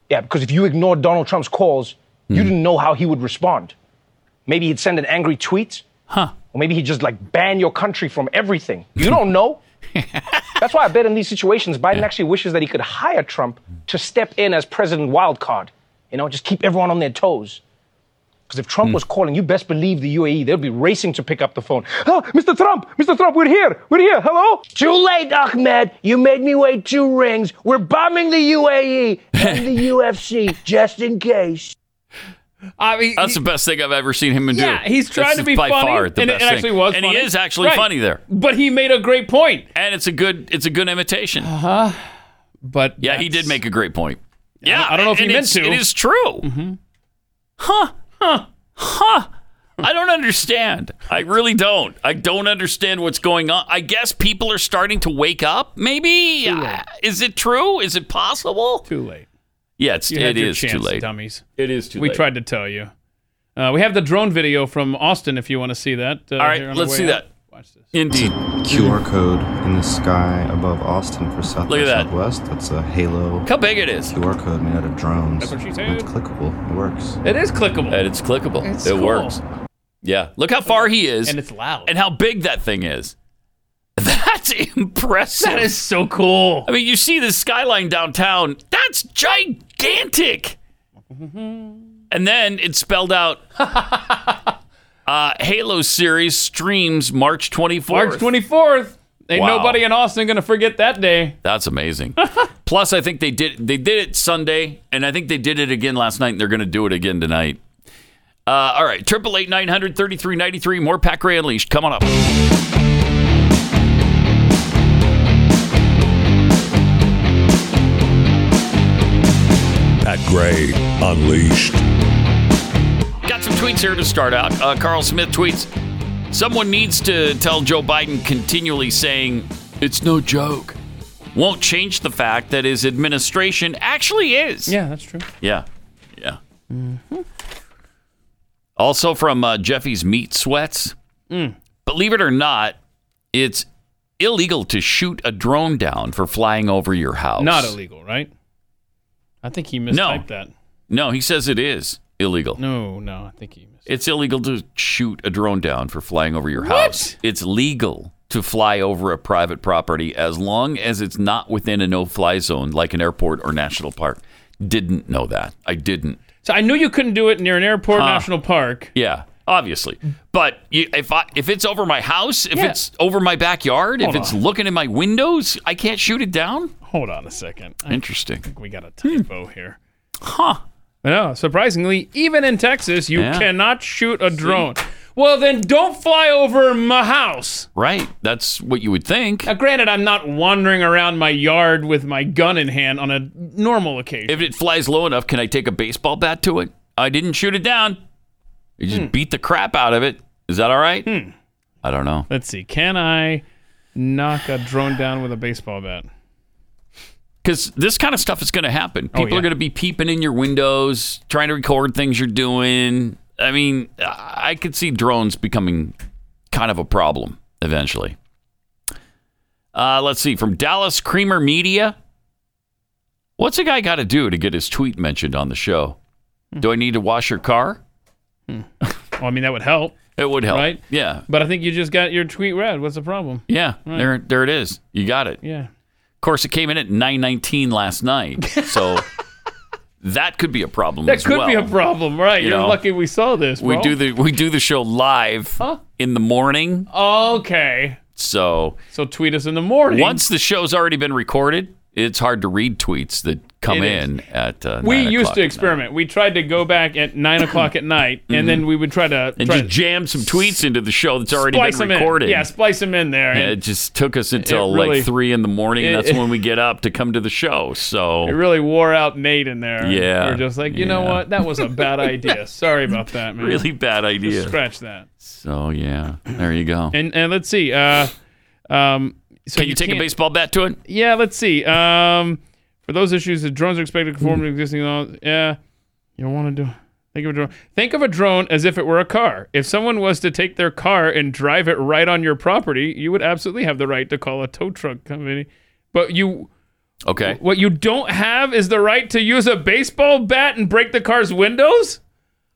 Yeah, because if you ignored Donald Trump's calls, you didn't know how he would respond. Maybe he'd send an angry tweet. Huh. Or maybe he'd just like ban your country from everything. You don't know. That's why I bet in these situations, Biden actually wishes that he could hire Trump to step in as president wildcard. You know, just keep everyone on their toes. Because if Trump was calling, you best believe the UAE, they'd be racing to pick up the phone. Oh, Mr. Trump, Mr. Trump, we're here, we're here, hello? Too late, Ahmed. You made me wait two rings. We're bombing the UAE and the UFC just in case.
I mean,
That's the best thing I've ever seen him do.
yeah, he's trying
This
to
is
be
by
funny,
far the
and it-
best
it
thing.
actually was.
and
funny.
he is actually
Right.
funny there,
But he made a great point.
and it's a good it's a good imitation.
But
yeah, he did
that's-
make a great point. Yeah,
I don't know if he
and
meant
it's-
to. Mm-hmm.
It is true. Huh? Huh? Huh? I don't understand. I really don't. I don't understand what's going on. I guess people are starting to wake up. Maybe Uh, is it true? Is it possible?
too late.
Yeah, it's,
You had
it
your
is
chance,
too late.
dummies.
It is too
we tried to tell you. Uh, we have the drone video from Austin if you want to see that. Uh,
All right,
here on our
let's
way
see
out.
that.
Watch this.
Indeed.
QR code in the sky above Austin for South
Look
by
at that.
Southwest. That's a halo
Look how big it is.
QR code made out of drones.
That's what she
And It's
said.
clickable. It works.
It is clickable.
And it's clickable.
It's
it
cool.
works. Yeah. Look how far he is.
and it's loud.
and how big that thing is. That's impressive.
that is so cool.
I mean, you see the skyline downtown. That's gigantic. And then it's spelled out. uh, Halo series streams March 24th.
March 24th. Ain't
Wow.
nobody in Austin going to forget that day.
That's amazing. Plus, I think they did they did it Sunday, and I think they did it again last night, and they're going to do it again tonight. Uh, all right, triple eight nine hundred thirty three ninety three. More Pack Ray Unleashed coming up.
Pat Gray Unleashed.
Got some tweets here to start out. Uh, Carl Smith tweets Someone needs to tell Joe Biden continually saying, it's no joke, won't change the fact that his administration actually is.
Yeah, that's true.
Yeah. Yeah. Also from uh, Jeffy's Meat Sweats.
Mm.
Believe it or not, it's illegal to shoot a drone down for flying over your house.
Not illegal, right? I think he mistyped that.
No, he says it is illegal.
No, no, I think he missed.
It's illegal to shoot a drone down for flying over your house. It's legal to fly over a private property as long as it's not within a no fly zone like an airport or national park. Didn't know that. I didn't.
So I knew you couldn't do it near an airport, national park.
Yeah, obviously. But you, if I, if it's over my house, if
Yeah.
it's over my backyard,
Hold
if it's
on.
looking in my windows, I can't shoot it down?
Hold on a second. I
Interesting.
think we got a typo here.
Huh.
No, surprisingly, even in Texas, you
Yeah.
cannot shoot a drone. Well, then don't fly over my house.
Right. That's what you would think.
Now, granted, I'm not wandering around my yard with my gun in hand on a normal occasion.
If it flies low enough, can I take a baseball bat to it? I didn't shoot it down. You
Hmm.
just beat the crap out of it. Is that all right? I don't know.
Let's see. Can I knock a drone down with a baseball bat?
Because this kind of stuff is going to happen. People
Oh, yeah.
are going to be peeping in your windows, trying to record things you're doing. I mean, I I could see drones becoming kind of a problem eventually. Uh, let's see. From Dallas Creamer Media. What's a guy got to do to get his tweet mentioned on the show?
Hmm.
Do I need to wash your car?
Well, I mean, that would help.
It would help.
Right.
Yeah.
But I think you just got your tweet read. What's the problem?
Yeah, there, there it is. You got it.
Yeah.
Of course, it came in at nine nineteen last night, so that could be a problem.
That
as
could be a
well.
problem, right?
You
You are
know,
lucky we saw this.
We
bro.
do the we do the show live in the morning,
Okay.
so
So tweet us in the morning.
once the show's already been recorded, it's hard to read tweets that come
It is.
in at. Uh,
we
9
used
o'clock
to
at
experiment. We tried to go back at nine o'clock at night, and then we would try to
night. Mm-hmm. and
try
just
to
jam some tweets into the show that's already
splice
been
them
recorded.
in. Yeah, splice them in there.
It
and
just took us until
really-
like three in the morning.
it-
that's when we get up to come to the show. So
it really wore out Nate in there. and
Yeah,
we are just like, you know
yeah.
what? That was a bad idea. Sorry about that, man.
really bad idea.
Scratch that.
So yeah, there you go.
And and let's see. Uh, um, so
Can you take a
can't-
baseball bat to it?
Yeah, let's see. Um, For those issues, the drones are expected to conform to existing laws. Yeah, you want to do. Think of a drone. Think of a drone as if it were a car. If someone was to take their car and drive it right on your property, you would absolutely have the right to call a tow truck company. But you,
Okay.
what you don't have is the right to use a baseball bat and break the car's windows.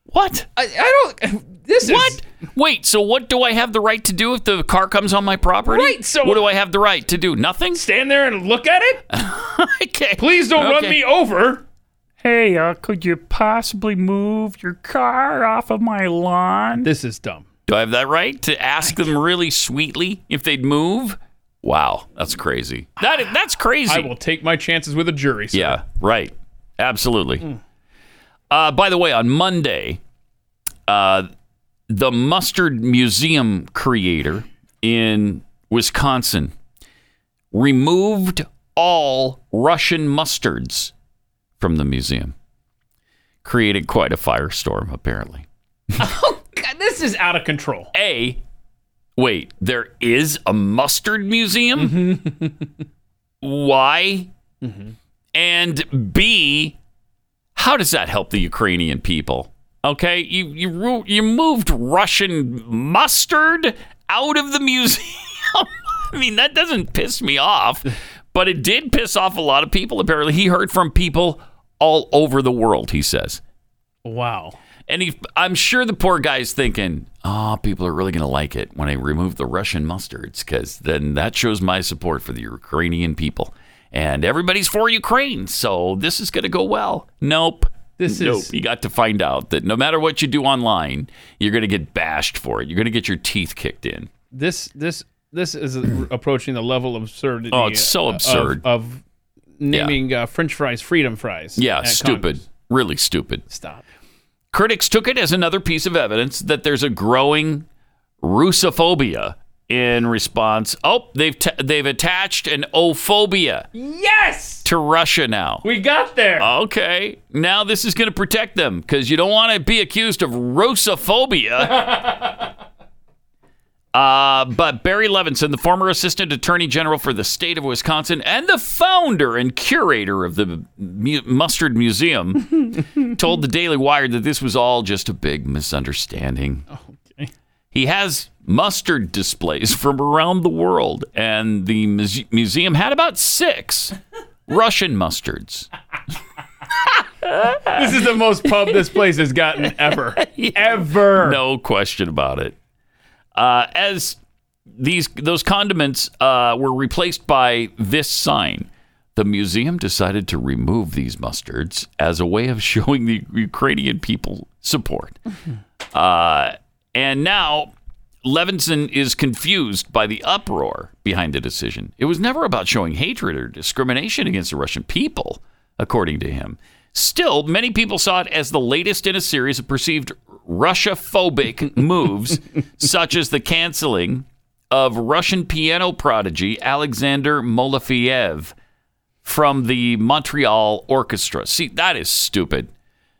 What?
I, I don't. This is
What? Wait, so what do I have the right to do if the car comes on my property?
Right, so-
what do I have the right to do? Nothing?
Stand there and look at it.
okay.
Please don't run
Okay.
me over.
Hey, uh, could you possibly move your car off of my lawn?
This is dumb.
Do I have that right to ask them really sweetly if they'd move? Wow, that's crazy. That is, that's crazy.
I will take my chances with a jury. sir.
Yeah, right. Absolutely. Uh, by the way, on Monday, uh, the Mustard Museum creator in Wisconsin removed all Russian mustards from the museum. Created quite a firestorm, apparently.
Oh, God, this is out of control.
A, wait, there is a mustard museum? Why? And B, how does that help the Ukrainian people? Okay, you you ru- you moved Russian mustard out of the museum. I mean, that doesn't piss me off, but it did piss off a lot of people. Apparently, he heard from people all over the world. He says.
Wow.
And he, I'm sure the poor guy's thinking, oh, people are really going to like it when I remove the Russian mustards because then that shows my support for the Ukrainian people. And everybody's for Ukraine, so this is going to go well. Nope.
This
nope.
is-
You got to find out that no matter what you do online, you're going to get bashed for it. You're going to get your teeth kicked in.
This this this is approaching the level of absurdity.
Oh, it's so
uh, of-
absurd.
Of, naming uh, French fries freedom fries.
Yeah,
at
stupid.
Congress.
Really stupid.
Stop.
Critics took it as another piece of evidence that there's a growing Russophobia in response. Oh, they've t- they've attached an ophobia
Yes,
to Russia now.
we got there.
Okay, now this is going to protect them because you don't want to be accused of Russophobia. Uh, but Barry Levinson, the former assistant attorney general for the state of Wisconsin and the founder and curator of the Mu- Mustard Museum, told the Daily Wire that this was all just a big misunderstanding. He has mustard displays from around the world, and the muse- museum had about six Russian mustards.
this is the most pub this place has gotten ever, ever.
No question about it. Uh, as these those condiments uh, were replaced by this sign, the museum decided to remove these mustards as a way of showing the Ukrainian people support. Uh, and now Levinson is confused by the uproar behind the decision. It was never about showing hatred or discrimination against the Russian people, according to him. Still, many people saw it as the latest in a series of perceived Russia phobic moves, such as the canceling of Russian piano prodigy Alexander Molofiev from the Montreal Orchestra. See, that is stupid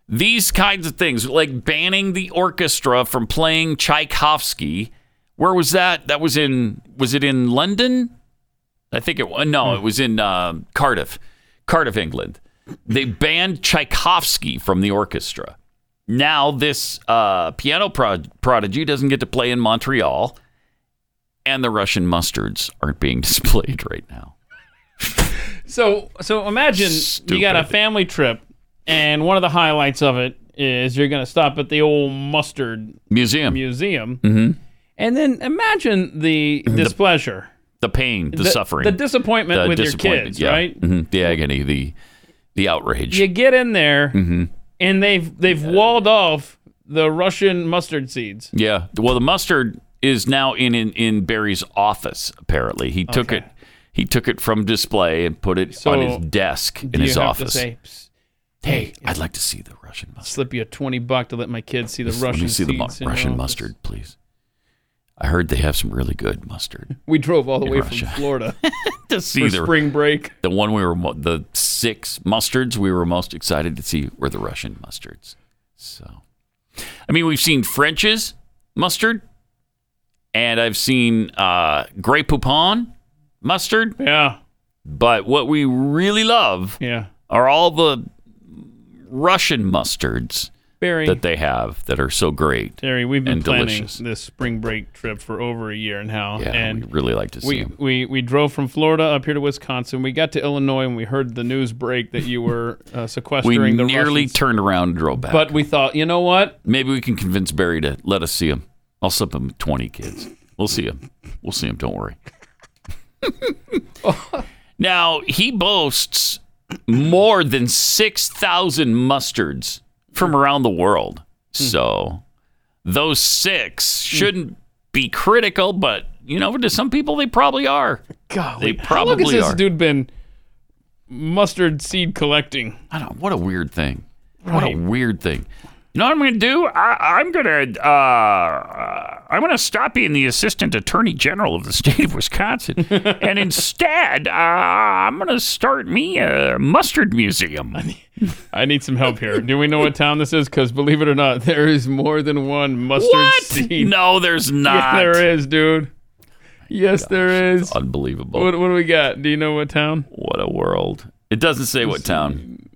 these kinds of things, like banning the orchestra from playing Tchaikovsky. Where was that? That was in was it in London? I think it was.
Hmm.
No, it was in um Cardiff, Cardiff, England. They banned Tchaikovsky from the orchestra. Now this uh, piano prod- prodigy doesn't get to play in Montreal, and the Russian mustards aren't being displayed right now.
So so imagine you got a
Stupid.
family trip, and one of the highlights of it is you're gonna stop at the old mustard
Museum,
museum, mm-hmm. and then imagine the displeasure.
the pain, the, suffering,
the disappointment
the
with your
disappointment,
kids,
yeah.
right?
Mhm. The agony, the the outrage.
You get in there,
Mm-hmm.
and they've they've walled off the Russian mustard seeds.
Yeah. Well, the mustard is now in in, in Barry's office. Apparently, he took it. He took it from display and put it on his
So,
desk in
Do
his
you have
office.
To say, "Psst,
hey, I'd like to see the Russian mustard.
slip you a twenty buck to let my kids see the
Let
Russian
me see the mu-
seeds in your
Russian
office."
mustard, please. I heard they have some really good mustard.
We drove all the
in
way
Russia.
from Florida
to
for
see the,
spring break.
the one we were mo- the six mustards we were most excited to see were the Russian mustards. So, I mean, we've seen French's mustard, and I've seen uh, Grey Poupon mustard.
Yeah,
But what we really love
yeah.
are all the Russian mustards
Barry.
that they have that are so great.
Terry, we've been
and
planning
delicious.
this spring break trip for over a year now,
Yeah,
and
we really like to see
we,
them.
we we drove from Florida up here to Wisconsin. We got to Illinois and we heard the news break that you were uh,
We
sequestering the
nearly
Russians.
turned around and drove back.
but we thought, you know what?
Maybe we can convince Barry to let us see him. I'll slip him 20 kids. We'll see him. We'll see him. Don't worry. now, he boasts more than 6,000 mustards
Hmm.
from around the world. So those six
Hmm.
shouldn't be critical, but, you know, to some people, they probably are.
God,
They
how long has
probably
this
are.
dude been mustard seed collecting?
I don't. What a weird thing. What a
Right.
weird thing. You know what I'm going to do? I, I'm going to. Uh, uh, I'm going to stop being the assistant attorney general of the state of Wisconsin, and instead, uh, I'm going to start me a mustard museum.
I need some help here. Do we know what town this is? Because believe it or not, there is more than one mustard
What?
seed.
No, there's not.
Yeah, there is, dude. Yes, there is.
Unbelievable.
What,
What,
what do we got? Do you know what town?
a world. It doesn't say what town.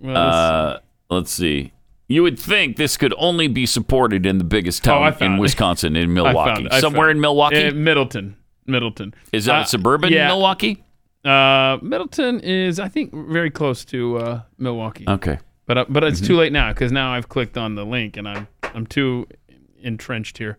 Well,
Uh, let's see. You would think this could only be supported in the biggest
Oh, I
town in
found it.
Wisconsin, in
I found
Milwaukee,
it. I
somewhere
found
in
it.
Milwaukee.
Uh, Middleton. Middleton.
Is that
Uh,
suburban
yeah.
Milwaukee?
Uh, Middleton is, I think, very close to uh, Milwaukee.
Okay. Mm-hmm.
But uh, but it's too late now because now I've clicked on the link and I'm I'm too entrenched here.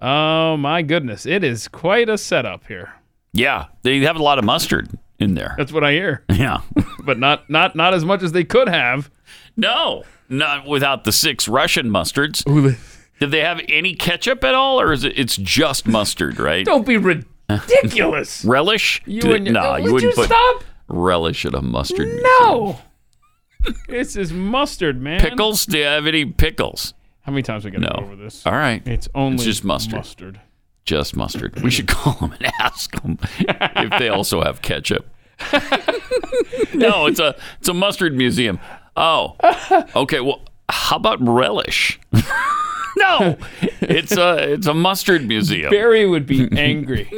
Oh my goodness, it is quite a setup here.
Yeah, they have a lot of mustard in there.
That's what I hear,
Yeah.
but not not not as much as they could have.
no, not without the six Russian mustards. Did they have any ketchup at all, or is it it's just mustard, right?
Don't be ridiculous.
Relish?
You
Do they-
and your-
nah,
Would
you wouldn't
you
put
stop?
relish in a mustard. museum.
No. this is mustard, man.
Pickles? Do you have any pickles?
How many times we got to
No.
go over this?
All right.
It's only
just mustard.
mustard.
Just mustard. We should call them and ask them if they also have ketchup. no, it's a it's a mustard museum. Oh, okay. Well, how about relish? no, it's a it's a mustard museum.
Barry would be angry.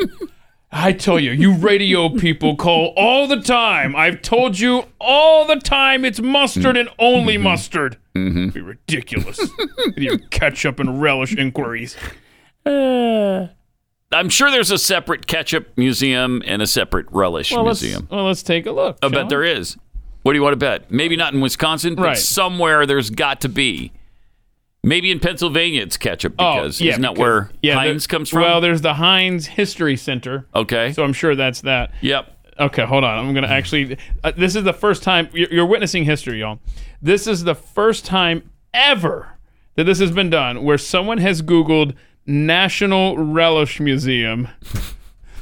I tell you, you radio people call all the time. I've told you all the time it's mustard and
Mm-hmm.
only mustard. Be ridiculous. with your ketchup and relish inquiries.
I'm sure there's a separate ketchup museum and a separate relish museum.
Well, let's take a look.
I bet there is. What do you want to bet? Maybe not in Wisconsin, but
Right.
somewhere there's got to be. Maybe in Pennsylvania it's ketchup
Oh,
because isn't that where Heinz comes from?
Well, there's the Heinz History Center.
okay.
So I'm sure that's that.
yep.
Okay, hold on. I'm going to actually. Uh, this is the first time. You're, you're witnessing history, y'all. This is the first time ever that this has been done where someone has Googled National Relish Museum.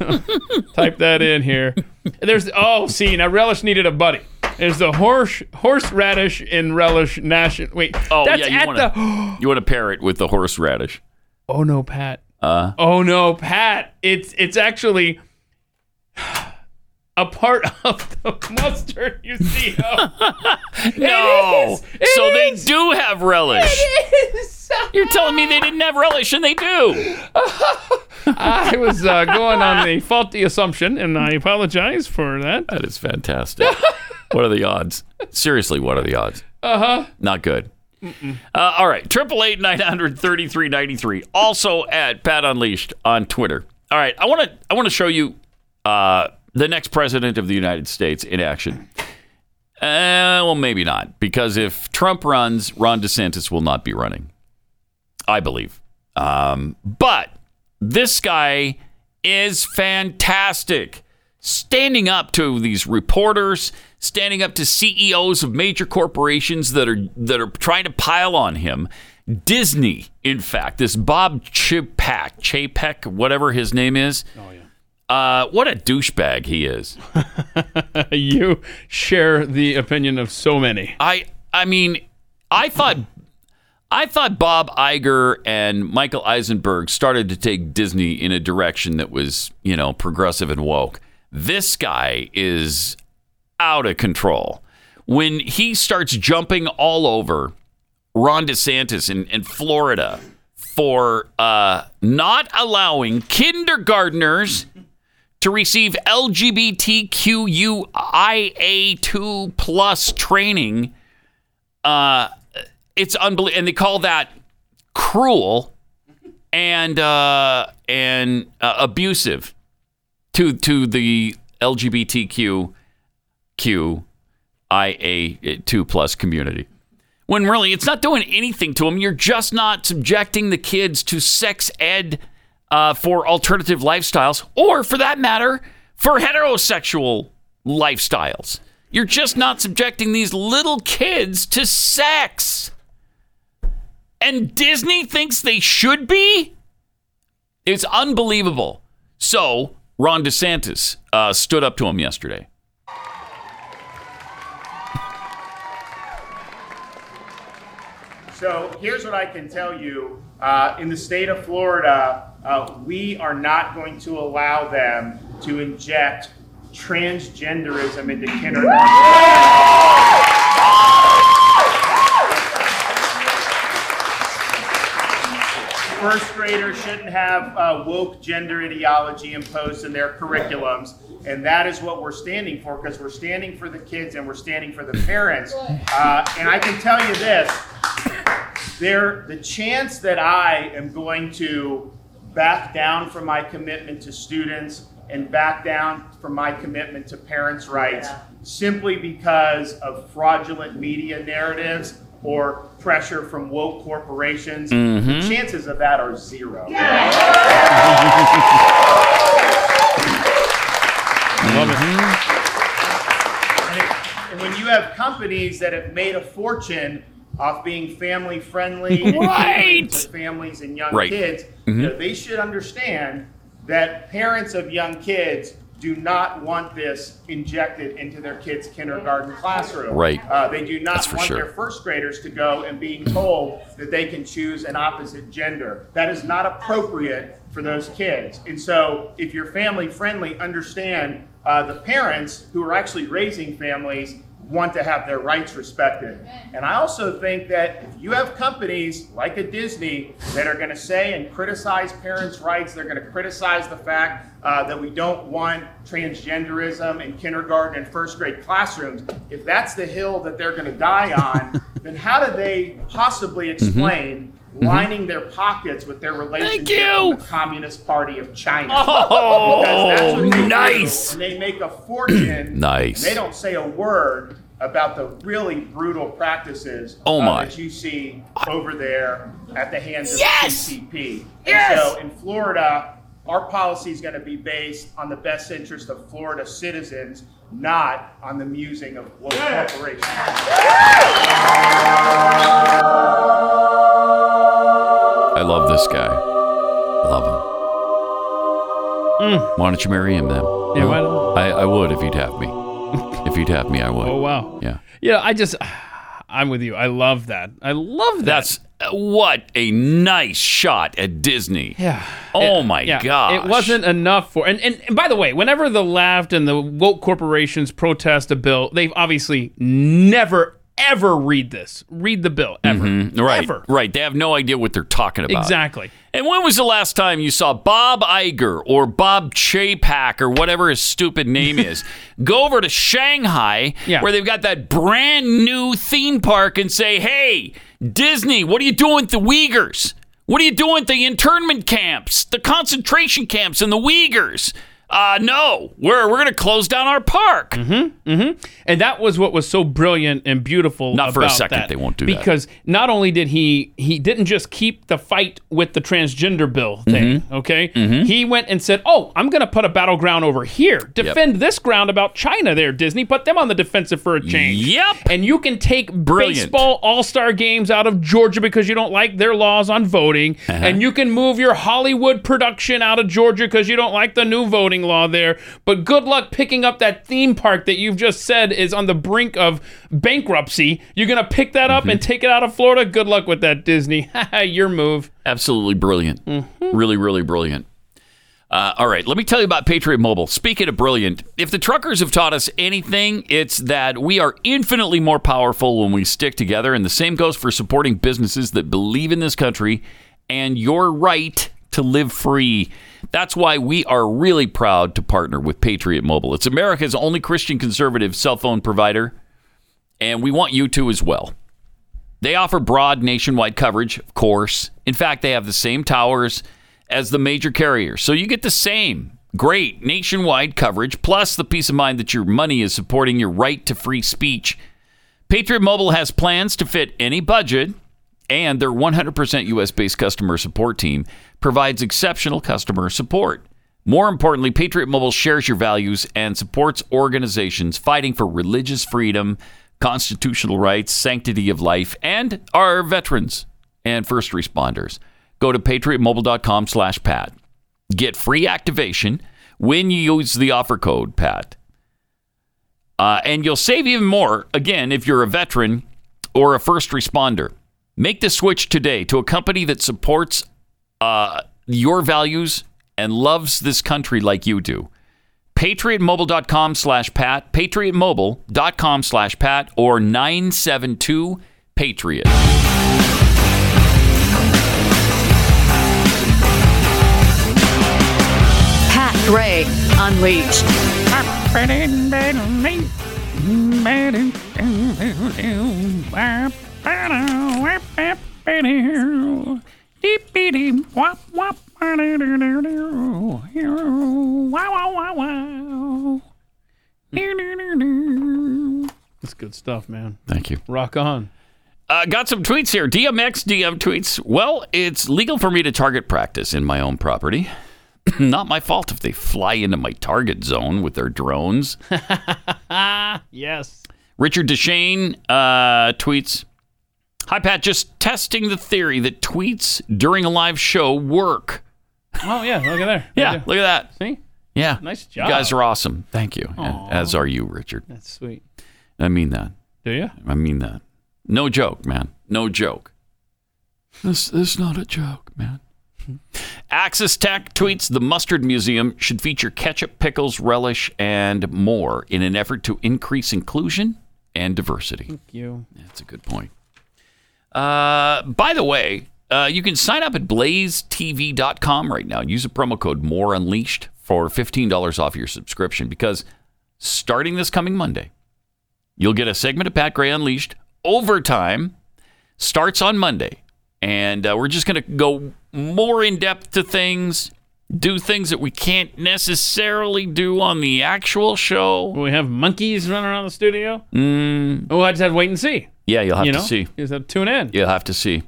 Type that in here. There's. Oh, see, now Relish needed a buddy. There's the horse horseradish and relish national. Wait,
Oh
that's
yeah, you
at
want
the.
to you want to pair it with the horseradish.
Oh no, Pat. oh no, Pat. It's it's actually a part of the mustard museum.
No,
is! It
so they
is!
do have relish. You're telling me they didn't have relish, and they do.
I was uh, going on the faulty assumption, and I apologize for that.
That is fantastic. what are the odds? Seriously, what are the odds? Uh huh. Not good. Uh, all right, triple eight nine hundred thirty three ninety three. Also at Pat Unleashed on Twitter. All right, I want to I want to show you uh, the next president of the United States in action. Uh, well, maybe not because if Trump runs, Ron DeSantis will not be running. I believe. Um, but this guy is fantastic. Standing up to these reporters, standing up to CEOs of major corporations that are that are trying to pile on him. Disney, in fact, this Bob Chapek, Chapek, whatever his name is. Oh yeah. Uh, what a douchebag he is.
uh, You share the opinion of so many.
I I mean, I thought I thought Bob Iger and Michael Eisenberg started to take Disney in a direction that was, you know, progressive and woke. This guy is out of control. When he starts jumping all over Ron DeSantis in, in Florida for uh, not allowing kindergartners to receive LGBTQIA2 plus training. Uh, it's unbelievable, and they call that cruel and uh, and uh, abusive to to the LGBTQIA2 plus community. When really, it's not doing anything to them. You're just not subjecting the kids to sex ed uh, for alternative lifestyles, or for that matter, for heterosexual lifestyles. You're just not subjecting these little kids to sex. And Disney thinks they should be? It's unbelievable. So, Ron DeSantis uh, stood up to him yesterday.
So here's what I can tell you. Uh, in the state of Florida, uh, we are not going to allow them to inject transgenderism into kindergarten. First graders shouldn't have uh, woke gender ideology imposed in their curriculums. And that is what we're standing for because we're standing for the kids and we're standing for the parents. Uh, and I can tell you this there, the chance that I am going to back down from my commitment to students and back down from my commitment to parents' rights simply because of fraudulent media narratives or pressure from woke corporations,
Mhm.
the chances of that are zero.
Love it.
And, it- and when you have companies that have made a fortune off being family friendly and catering to families and young
Right.
kids,
Mhm.
you know, they should understand that parents of young kids do not want this injected into their kids' kindergarten classroom.
Right.
Uh, they do not
That's for
want
sure.
their first graders to go and being told that they can choose an opposite gender. That is not appropriate for those kids. And so, if you're family friendly, understand uh, the parents who are actually raising families want to have their rights respected. And I also think that if you have companies like a Disney that are going to say and criticize parents' rights, they're going to criticize the fact uh, that we don't want transgenderism in kindergarten and first grade classrooms. If that's the hill that they're going to die on, then how do they possibly explain
Mhm.
lining their pockets with their relationship with the Communist Party of China?
Oh,
Because that's what they do,
nice.
and they make a fortune.
Nice.
and They don't say a word about the really brutal practices
Oh,
uh,
my.
that you see over there at the hands of
Yes!
the CCP.
Yes!
And so in Florida, our policy is going to be based on the best interest of Florida citizens, not on the musing of global corporations.
I love this guy. Love him. Why don't you marry him then?
Hmm.
Hmm?
Yeah, why not?
I, I would if he'd have me. if he'd have me, I would.
Oh wow.
Yeah.
Yeah, I just I'm with you. I love that. I love that.
That's what a nice shot at Disney.
Yeah.
Oh
It-
my
yeah,
gosh.
It wasn't enough for and, and and by the way, whenever the left and the woke corporations protest a bill, they've obviously never ever read this. Read the bill ever.
Mhm. Right.
Ever.
Right. They have no idea what they're talking about.
Exactly.
And when was the last time you saw Bob Iger or Bob Chapek or whatever his stupid name is go over to Shanghai
Yeah.
where they've got that brand new theme park and say, hey, Disney, what are you doing with the Uyghurs? What are you doing with the internment camps, the concentration camps, and the Uyghurs? Uh, no, we're, we're going to close down our park.
Mm-hmm. Mm-hmm. And that was what was so brilliant and beautiful.
Not for a
about
second
that.
they won't do that.
because not only did he he didn't just keep the fight with the transgender bill thing.
Mm-hmm.
Okay, he went and said, "Oh, I'm going to put a battleground over here. Defend this ground about China. There, Disney. Put them on the defensive for a change.
Yep.
And you can take
Brilliant.
baseball all star games out of Georgia because you don't like their laws on voting, and you can move your Hollywood production out of Georgia because you don't like the new voting law there. But good luck picking up that theme park that you've just said is on the brink of bankruptcy. You're gonna pick that up and take it out of Florida. Good luck with that, Disney. your move.
Absolutely brilliant. Really, really brilliant. Uh, all right, let me tell you about Patriot Mobile. Speaking of brilliant, if the truckers have taught us anything, it's that we are infinitely more powerful when we stick together. And the same goes for supporting businesses that believe in this country and your right to live free. That's why we are really proud to partner with Patriot Mobile. It's America's only Christian conservative cell phone provider, and we want you to as well. They offer broad nationwide coverage, of course. In fact, they have the same towers as the major carriers. So you get the same great nationwide coverage, plus the peace of mind that your money is supporting your right to free speech. Patriot Mobile has plans to fit any budget, and their 100% US based customer support team provides exceptional customer support. More importantly, Patriot Mobile shares your values and supports organizations fighting for religious freedom, constitutional rights, sanctity of life, and our veterans and first responders. Go to patriotmobile.com slash Pat. Get free activation when you use the offer code PAT. Uh, and you'll save even more, again, if you're a veteran or a first responder. Make the switch today to a company that supports uh, your values and loves this country like you do. PatriotMobile.com slash Pat, PatriotMobile.com slash Pat, or 972 Patriot.
Pat Gray Unleashed.
That's good stuff, man.
Thank you.
Rock on.
Uh, got some tweets here. DMX DM tweets. Well, it's legal for me to target practice in my own property. Not my fault if they fly into my target zone with their drones.
Yes.
Richard Deshane uh, tweets Hi, Pat. Just testing the theory that tweets during a live show work.
Oh yeah, look at there.
Yeah, look at that.
See?
Yeah.
Nice
You guys
job.
are awesome. Thank you. And As are you, Richard.
That's sweet.
I mean that.
Do you?
I mean that. No joke, man. No joke. This, this is not a joke, man. Axis Tech tweets the Mustard Museum should feature ketchup, pickles, relish, and more in an effort to increase inclusion and diversity.
Thank you.
That's a good point. Uh, by the way, uh, you can sign up at blazetv.com right now. Use the promo code More Unleashed for $15 off your subscription because starting this coming Monday, you'll get a segment of Pat Gray Unleashed overtime. Starts on Monday. And uh, we're just going to go more in depth to things, do things that we can't necessarily do on the actual show.
We have monkeys running around the studio.
Mm,
Oh, I just had to wait and see.
yeah, you'll have
you
to
know?
see.
You just have to tune in.
You'll have to see.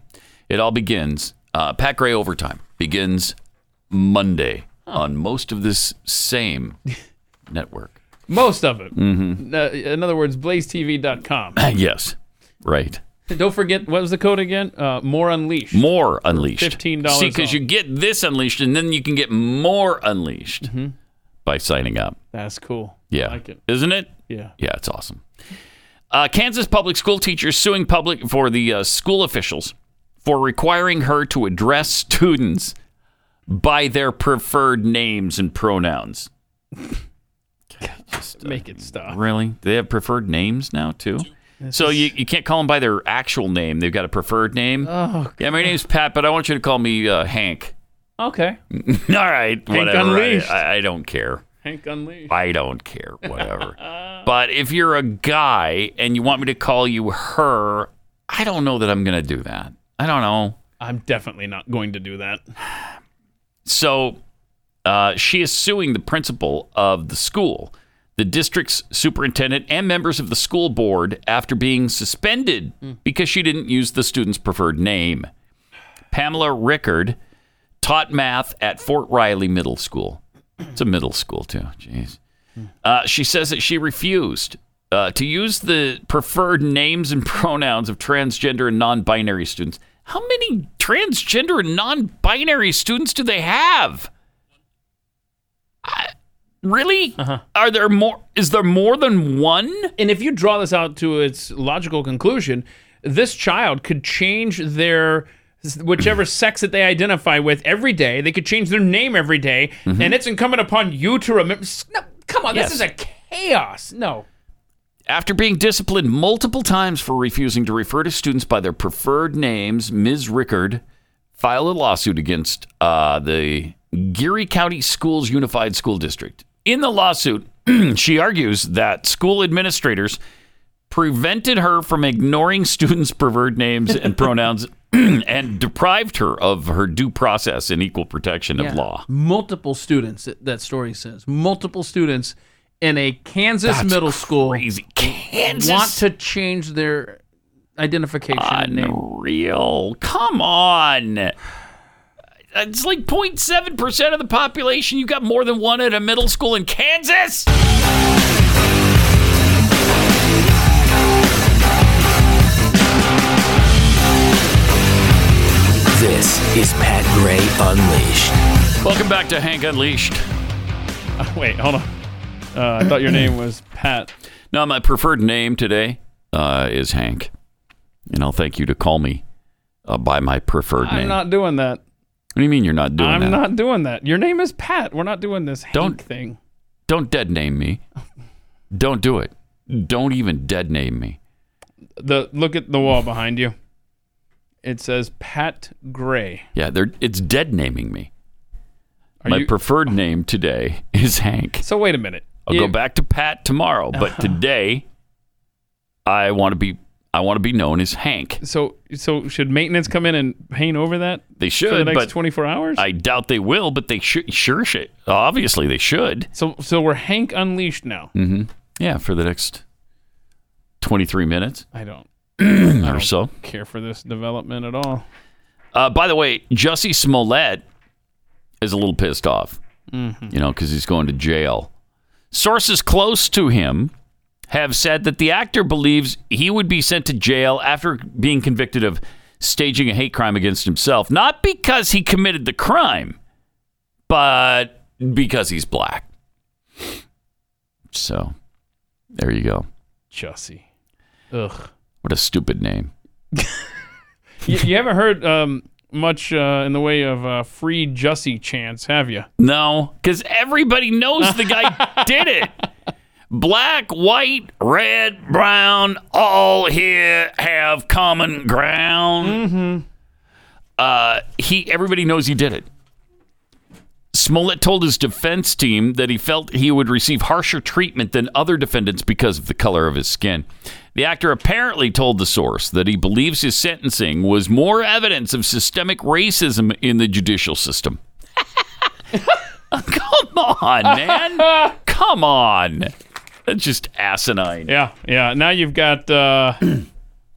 It all begins. Uh, Pat Gray overtime begins Monday on most of this same network.
Most of it. Mm-hmm. Uh, in other words, blazetv.com.
yes, right.
Don't forget, what was the code again? Uh, more Unleashed.
More unleashed.
$15
See, because
off.
you get this unleashed, and then you can get more unleashed by signing up.
That's cool.
Yeah,
Mm-hmm. like it.
isn't it?
Yeah.
Yeah, it's awesome. Uh, Kansas public school teacher suing public for the uh, school officials for requiring her to address students by their preferred names and pronouns.
Make it stop.
Really? Do they have preferred names now too? So you, you can't call them by their actual name. They've got a preferred name.
Oh,
yeah, my name's Pat, but I want you to call me uh, Hank.
Okay.
All right, whatever. I-
Unleashed.
I, I don't care.
Hank Unleashed.
I don't care. Whatever. but if you're a guy and you want me to call you her, I don't know that I'm gonna do that. I don't know.
I'm definitely not going to do that.
So uh, she is suing the principal of the school, the district's superintendent, and members of the school board after being suspended because she didn't use the student's preferred name. Pamela Rickard taught math at Fort Riley Middle School. It's a middle school, too. Jeez. Uh, she says that she refused uh, to use the preferred names and pronouns of transgender and non binary students. How many transgender and non binary students do they have? I, really? Are there more? Is there more than one?
And if you draw this out to its logical conclusion, this child could change their whichever sex that they identify with every day. They could change their name every day, and it's incumbent upon you to remember. No, come on,
Mm-hmm. Yes.
this is a chaos. No,
After being disciplined multiple times for refusing to refer to students by their preferred names, Ms. Rickard filed a lawsuit against uh, the Geary County Schools Unified School District. In the lawsuit, she argues that school administrators prevented her from ignoring students' preferred names and pronouns and deprived her of her due process and equal protection
Yeah.
of law.
Multiple students, that- that story says. Multiple students in a Kansas
That's
middle school
Kansas?
want to change their identification and name.
Unreal. Come on. It's like 0.7% of the population. You got more than one at a middle school in Kansas?
This is Pat Gray Unleashed.
Welcome back to Hank Unleashed.
wait, hold on. Uh, I thought your name was Pat.
Now, my preferred name today uh, is Hank. And I'll thank you to call me uh, by my preferred
I'm
name.
not doing that.
what do you mean you're not doing
I'm
that?
not doing that. Your name is Pat. We're not doing this Hank
Don't-
thing.
Don't dead name me. Don't do it. Don't even dead name me.
The look at the wall behind you. It says Pat Gray.
Yeah, they're, it's dead naming me.
Are
my
you-
preferred name today is Hank.
So wait a minute.
I'll go
You-
back to Pat tomorrow, but today I want to be I want to be known as Hank.
So so should maintenance come in and paint over that?
They should,
for the next
but
24 hours.
I doubt they will, but they should sure should. Obviously they should.
so so we're Hank Unleashed now.
Mhm. Yeah, for the next 23 minutes
I don't
or so.
care for this development at all.
Uh, by the way, Jussie Smollett is a little pissed off,
Mhm.
you know, because he's going to jail. Sources close to him have said that the actor believes he would be sent to jail after being convicted of staging a hate crime against himself, not because he committed the crime, but because he's black. So, there you go.
Jussie. Ugh.
What a stupid name.
you, you haven't heard um, much uh, in the way of uh, free Jussie chants, have you?
No, because everybody knows the guy did it. Black, white, red, brown, all here have common ground. Mm-hmm. Uh, he, everybody knows he did it. Smollett told his defense team that he felt he would receive harsher treatment than other defendants because of the color of his skin. The actor apparently told the source that he believes his sentencing was more evidence of systemic racism in the judicial system. Come on, man. Come on. That's just asinine.
Yeah, yeah. Now you've got uh,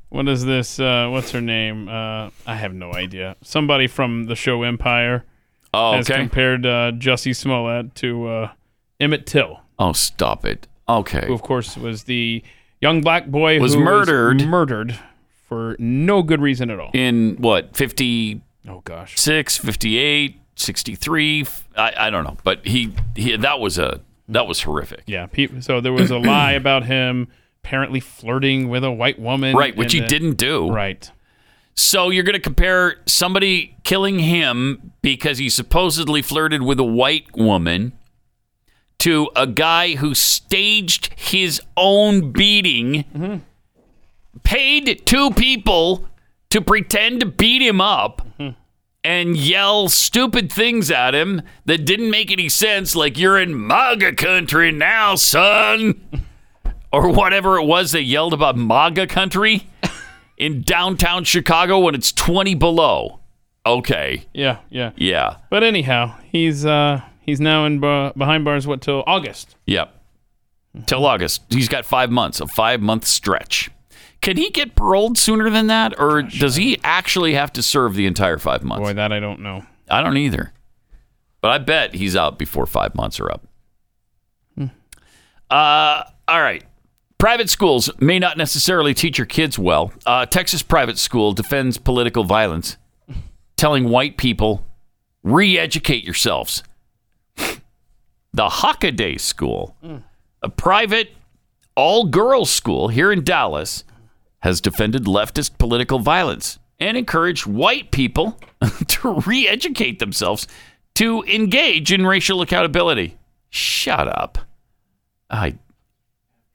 what is this? Uh, what's her name? Uh, I have no idea. Somebody from the show Empire
Oh,
has
okay.
compared uh, Jussie Smollett to uh, Emmett Till,
Oh, stop it. Okay.
who of course was the young black boy
Was
who
murdered.
murdered for no good reason at all.
In what, 50?
Oh, gosh.
6, 58, 63. f- I, I don't know. But he, he, that was a, that was horrific.
Yeah. Pe- so there was a lie about him apparently flirting with a white woman,
Right, which
and
he
then-
didn't do.
Right.
So you're going to compare somebody killing him because he supposedly flirted with a white woman to a guy who staged his own beating, paid two people to pretend to beat him up. And yell stupid things at him that didn't make any sense, like you're in MAGA country now, son, or whatever it was they yelled about MAGA country in downtown Chicago when it's 20 below. Okay.
Yeah. Yeah.
Yeah.
But anyhow, he's uh he's now in ba- behind bars what till August.
Yep. Till August. He's got five months, a five month stretch. Can he get paroled sooner than that, or does he actually have to serve the entire five months?
Boy, that I don't know.
I don't either. But I bet he's out before five months are up. Uh, all right. Private schools may not necessarily teach your kids well. Uh, Texas private school defends political violence, telling white people, re educate yourselves. The Hockaday School, a private all girls school here in Dallas, has defended leftist political violence and encouraged white people to re educate themselves to engage in racial accountability. Shut up. I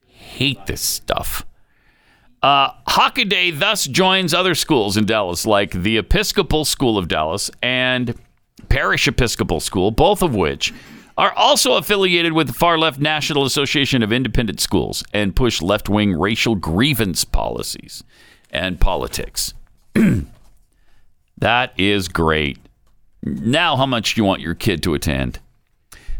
hate this stuff. Uh, Hockaday thus joins other schools in Dallas, like the Episcopal School of Dallas and Parish Episcopal School, both of which are also affiliated with the far left National Association of Independent Schools and push left wing racial grievance policies and politics. that is great. Now, how much do you want your kid to attend?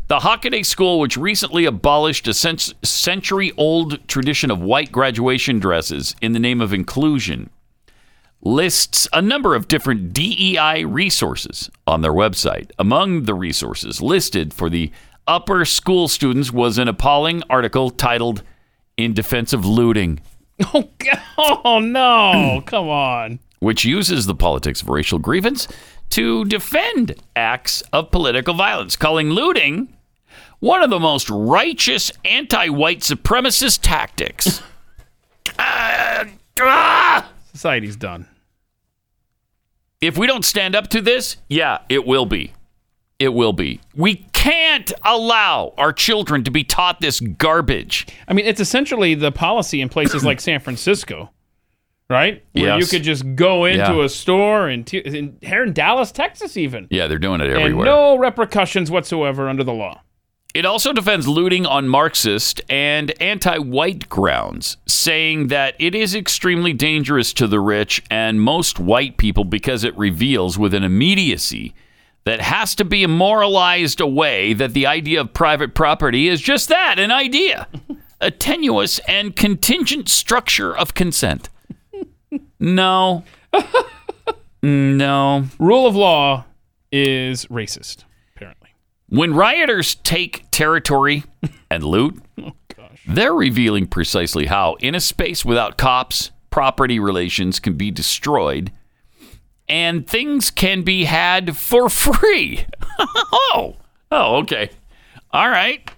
The Hockaday School, which recently abolished a century old tradition of white graduation dresses in the name of inclusion, lists a number of different DEI resources on their website. Among the resources listed for the upper school students was an appalling article titled In Defense of Looting,
Oh, God. oh no! Come on.
which uses the politics of racial grievance to defend acts of political violence, calling looting one of the most righteous anti white supremacist tactics. Uh, ah!
Society's done.
if we don't stand up to this, yeah, it will be. It will be. We can't allow our children to be taught this garbage.
I mean, it's essentially the policy in places like San Francisco, right? Where you
Yes.
could just go into
Yeah.
a store and t- in, here in Dallas, Texas, even,
Yeah, they're doing it
and
everywhere.
no repercussions whatsoever under the law.
It also defends looting on Marxist and anti white grounds, saying that it is extremely dangerous to the rich and most white people because it reveals with an immediacy that has to be immoralized away that the idea of private property is just that an idea, a tenuous and contingent structure of consent. No. no.
Rule of law is racist, apparently.
When rioters take territory and loot,
Oh,
they're revealing precisely how, in a space without cops, property relations can be destroyed and things can be had for free. oh, oh, okay. All right.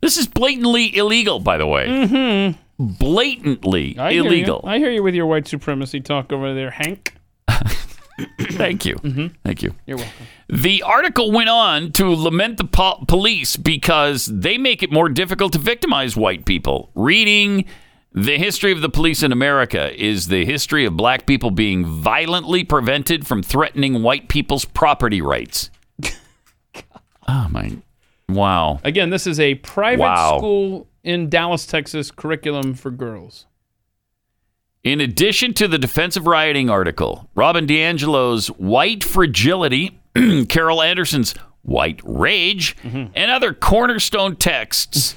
This is blatantly illegal, by the way.
Mm-hmm.
Blatantly
I hear you.
illegal.
I hear you with your white supremacy talk over there, Hank.
Thank you. Thank you.
Mm-hmm. You're welcome.
The article went on to lament the po- police because they make it more difficult to victimize white people. Reading the history of the police in America is the history of black people being violently prevented from threatening white people's property rights. oh my! Wow.
Again, this is a private
Wow.
school in Dallas, Texas, curriculum for girls.
In addition to the defense of rioting article, Robin DiAngelo's White Fragility, Carol Anderson's White Rage, and other cornerstone texts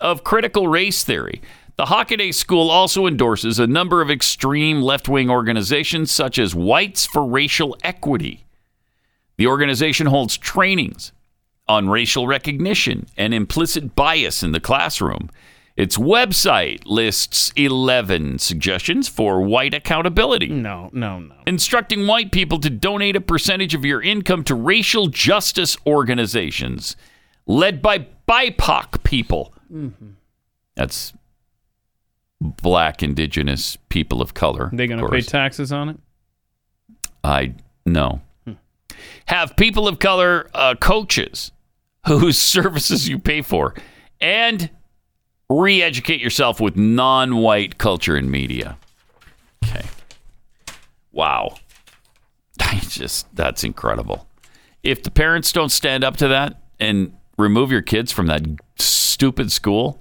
of critical race theory. The Hockaday School also endorses a number of extreme left wing organizations such as Whites for Racial Equity. The organization holds trainings on racial recognition and implicit bias in the classroom. Its website lists 11 suggestions for white accountability.
No, no, no.
Instructing white people to donate a percentage of your income to racial justice organizations led by BIPOC people. That's black, indigenous, people of color.
They going to
of
pay
course.
taxes on it?
I no. Have people of color uh, coaches whose services you pay for, and re-educate yourself with non-white culture and media. Okay. Wow. I just that's incredible. If the parents don't stand up to that and remove your kids from that stupid school,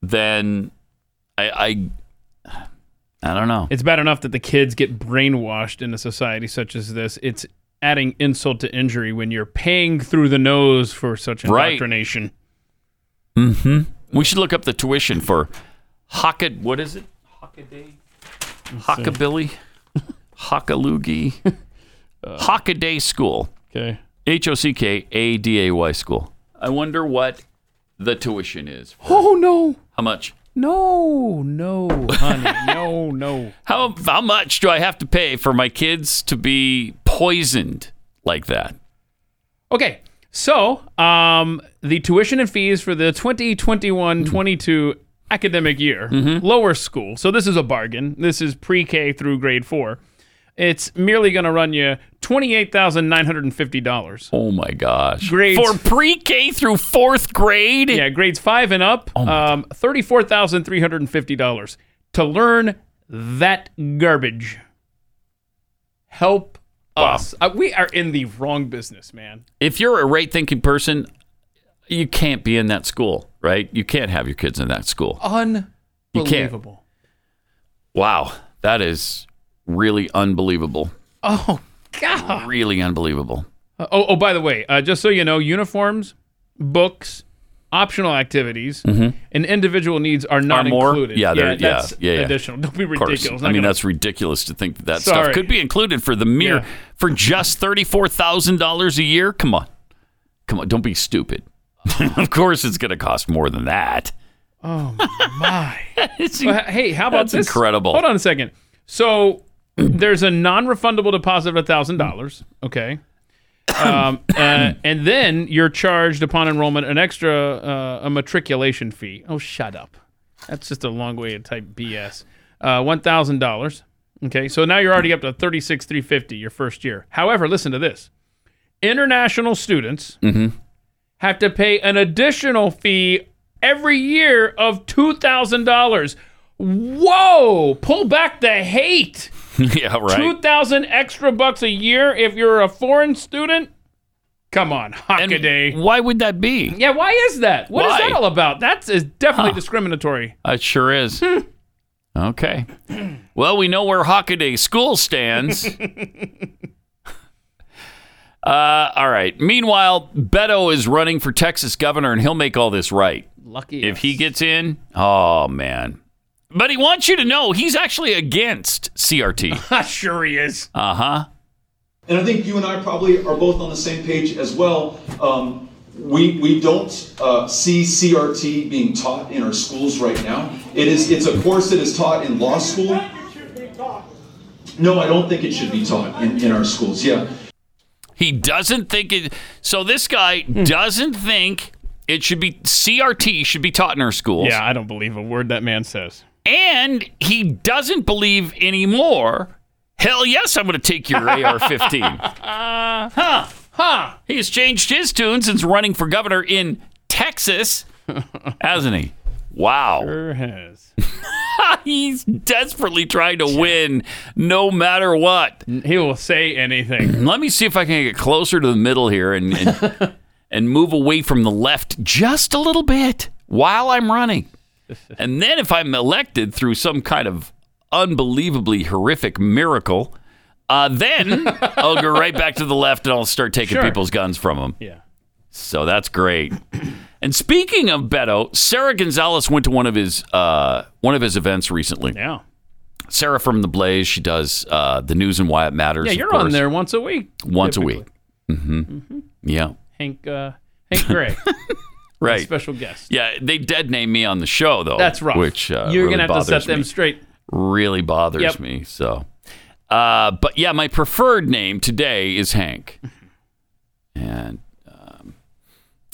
then I I, I don't know.
It's bad enough that the kids get brainwashed in a society such as this. It's adding insult to injury when you're paying through the nose for such
Right.
indoctrination.
hmm We should look up the tuition for Hocka. What is it? Hockaday. Hockabilly. Hockaloogie. Hockaday School.
Okay.
H O C K A D A Y School. I wonder what the tuition is.
Oh no,
How much?
no, no, honey, no, no.
How how much do I have to pay for my kids to be poisoned like that?
Okay. So, um, the tuition and fees for the 2021-22 academic year,
Mm-hmm.
lower school. So this is a bargain. This is pre-K through grade 4. It's merely going to run you $28,950.
Oh my gosh.
Grades
For pre-K through 4th grade? Oh
Yeah, grades 5 and up, um $34,350. to learn that garbage. Help us. Uh, we are in the wrong business, man.
If you're a right thinking person, you can't be in that school, right? You can't have your kids in that school. You can't.
Unbelievable.
Wow, that is really unbelievable.
Oh God.
Really unbelievable.
Uh, oh, oh, by the way, uh, just so you know, uniforms, books, optional activities,
Mhm.
and individual needs are not
Or more?
included.
Yeah, they're- yeah,
that's
yeah, yeah.
additional. Don't be
Of course.
ridiculous.
I
Not
mean,
gonna-
that's ridiculous to think that that
Sorry.
stuff could be included for the mere
Yeah.
for just thirty four thousand dollars a year. Come on, come on, don't be stupid. of course, it's going to cost more than that.
Oh my!
Well,
hey, how about
that's
this?
incredible.
Hold on a second. So there's a non-refundable deposit of thousand dollars. Okay. um, uh, and then you're charged upon enrollment an extra uh, a matriculation fee. Oh, shut up! That's just a long way to type BS. Uh, One thousand dollars. Okay, so now you're already up to thirty-six three fifty your first year. However, listen to this: international students
Mm-hmm.
have to pay an additional fee every year of $2,000. Whoa, pull back the hate.
yeah, right.
2,000 extra bucks a year if you're a foreign student? Come on, hockaday.
Why would that be?
Yeah, why is that? What is
Why?
that all about? That is definitely discriminatory.
It sure is. okay. Well, we know where Hockaday School stands. Uh, all right. Meanwhile, Beto is running for Texas governor, and he'll make all this right.
Lucky
If he gets in, oh man. But he wants you to know he's actually against CRT.
sure he is.
Uh huh.
And I think you and I probably are both on the same page as well. Um, we, we don't uh, see CRT being taught in our schools right now. It is it's a course that is taught in law school. No, I don't think it should be taught in, in our schools. Yeah.
He doesn't think it. So this guy doesn't think it should be CRT should be taught in our schools.
Yeah, I don't believe a word that man says.
And he doesn't believe anymore. Hell yes, I'm going to take your AR-15.
huh. Huh.
He's changed his tune since running for governor in Texas, hasn't he? Wow.
Sure has.
He's desperately trying to win no matter what.
He will say anything.
Let me see if I can get closer to the middle here and and, and move away from the left just a little bit while I'm running. And then if I'm elected through some kind of unbelievably horrific miracle, uh, then I'll go right back to the left and I'll start taking
Sure.
people's guns from them.
Yeah.
So that's great. And speaking of Beto, Sarah Gonzalez went to one of his uh, one of his events recently.
Yeah.
Sarah from the Blaze, she does uh, the news and why it matters.
Yeah,
of
you're on
course,
there once a week.
once
typically. Mm-hmm.
a week. hmm Yeah,
Hank uh, Hank Gray,
right.
special guest.
Yeah, they dead name me on the show though.
That's rough.
Which uh,
You're
really
gonna have to set
bothers
them
me.
straight.
Really bothers
Yep.
me. So, uh, but yeah, my preferred name today is Hank, and um,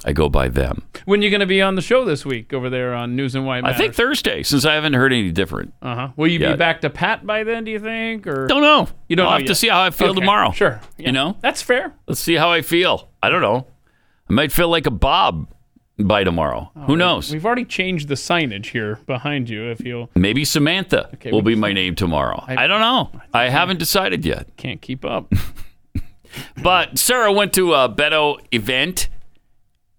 I go by them.
When you going to be on the show this week over there on News and Why It
I think Thursday, since I haven't heard any different.
Uh huh. Will you
Yeah.
be back to Pat by then? Do you think? Or
Don't know.
You don't
I'll
know
have to
yet.
see how I feel
Okay.
tomorrow.
Sure.
You know,
That's fair.
let's see how I feel. I don't know. I might feel like a Bob by tomorrow.
Oh,
Who knows?
We've already changed the signage here behind you. If you
Maybe Samantha will be my name tomorrow. I, don't know. I, haven't decided yet.
can't keep up,
But Sarah went to a Beto event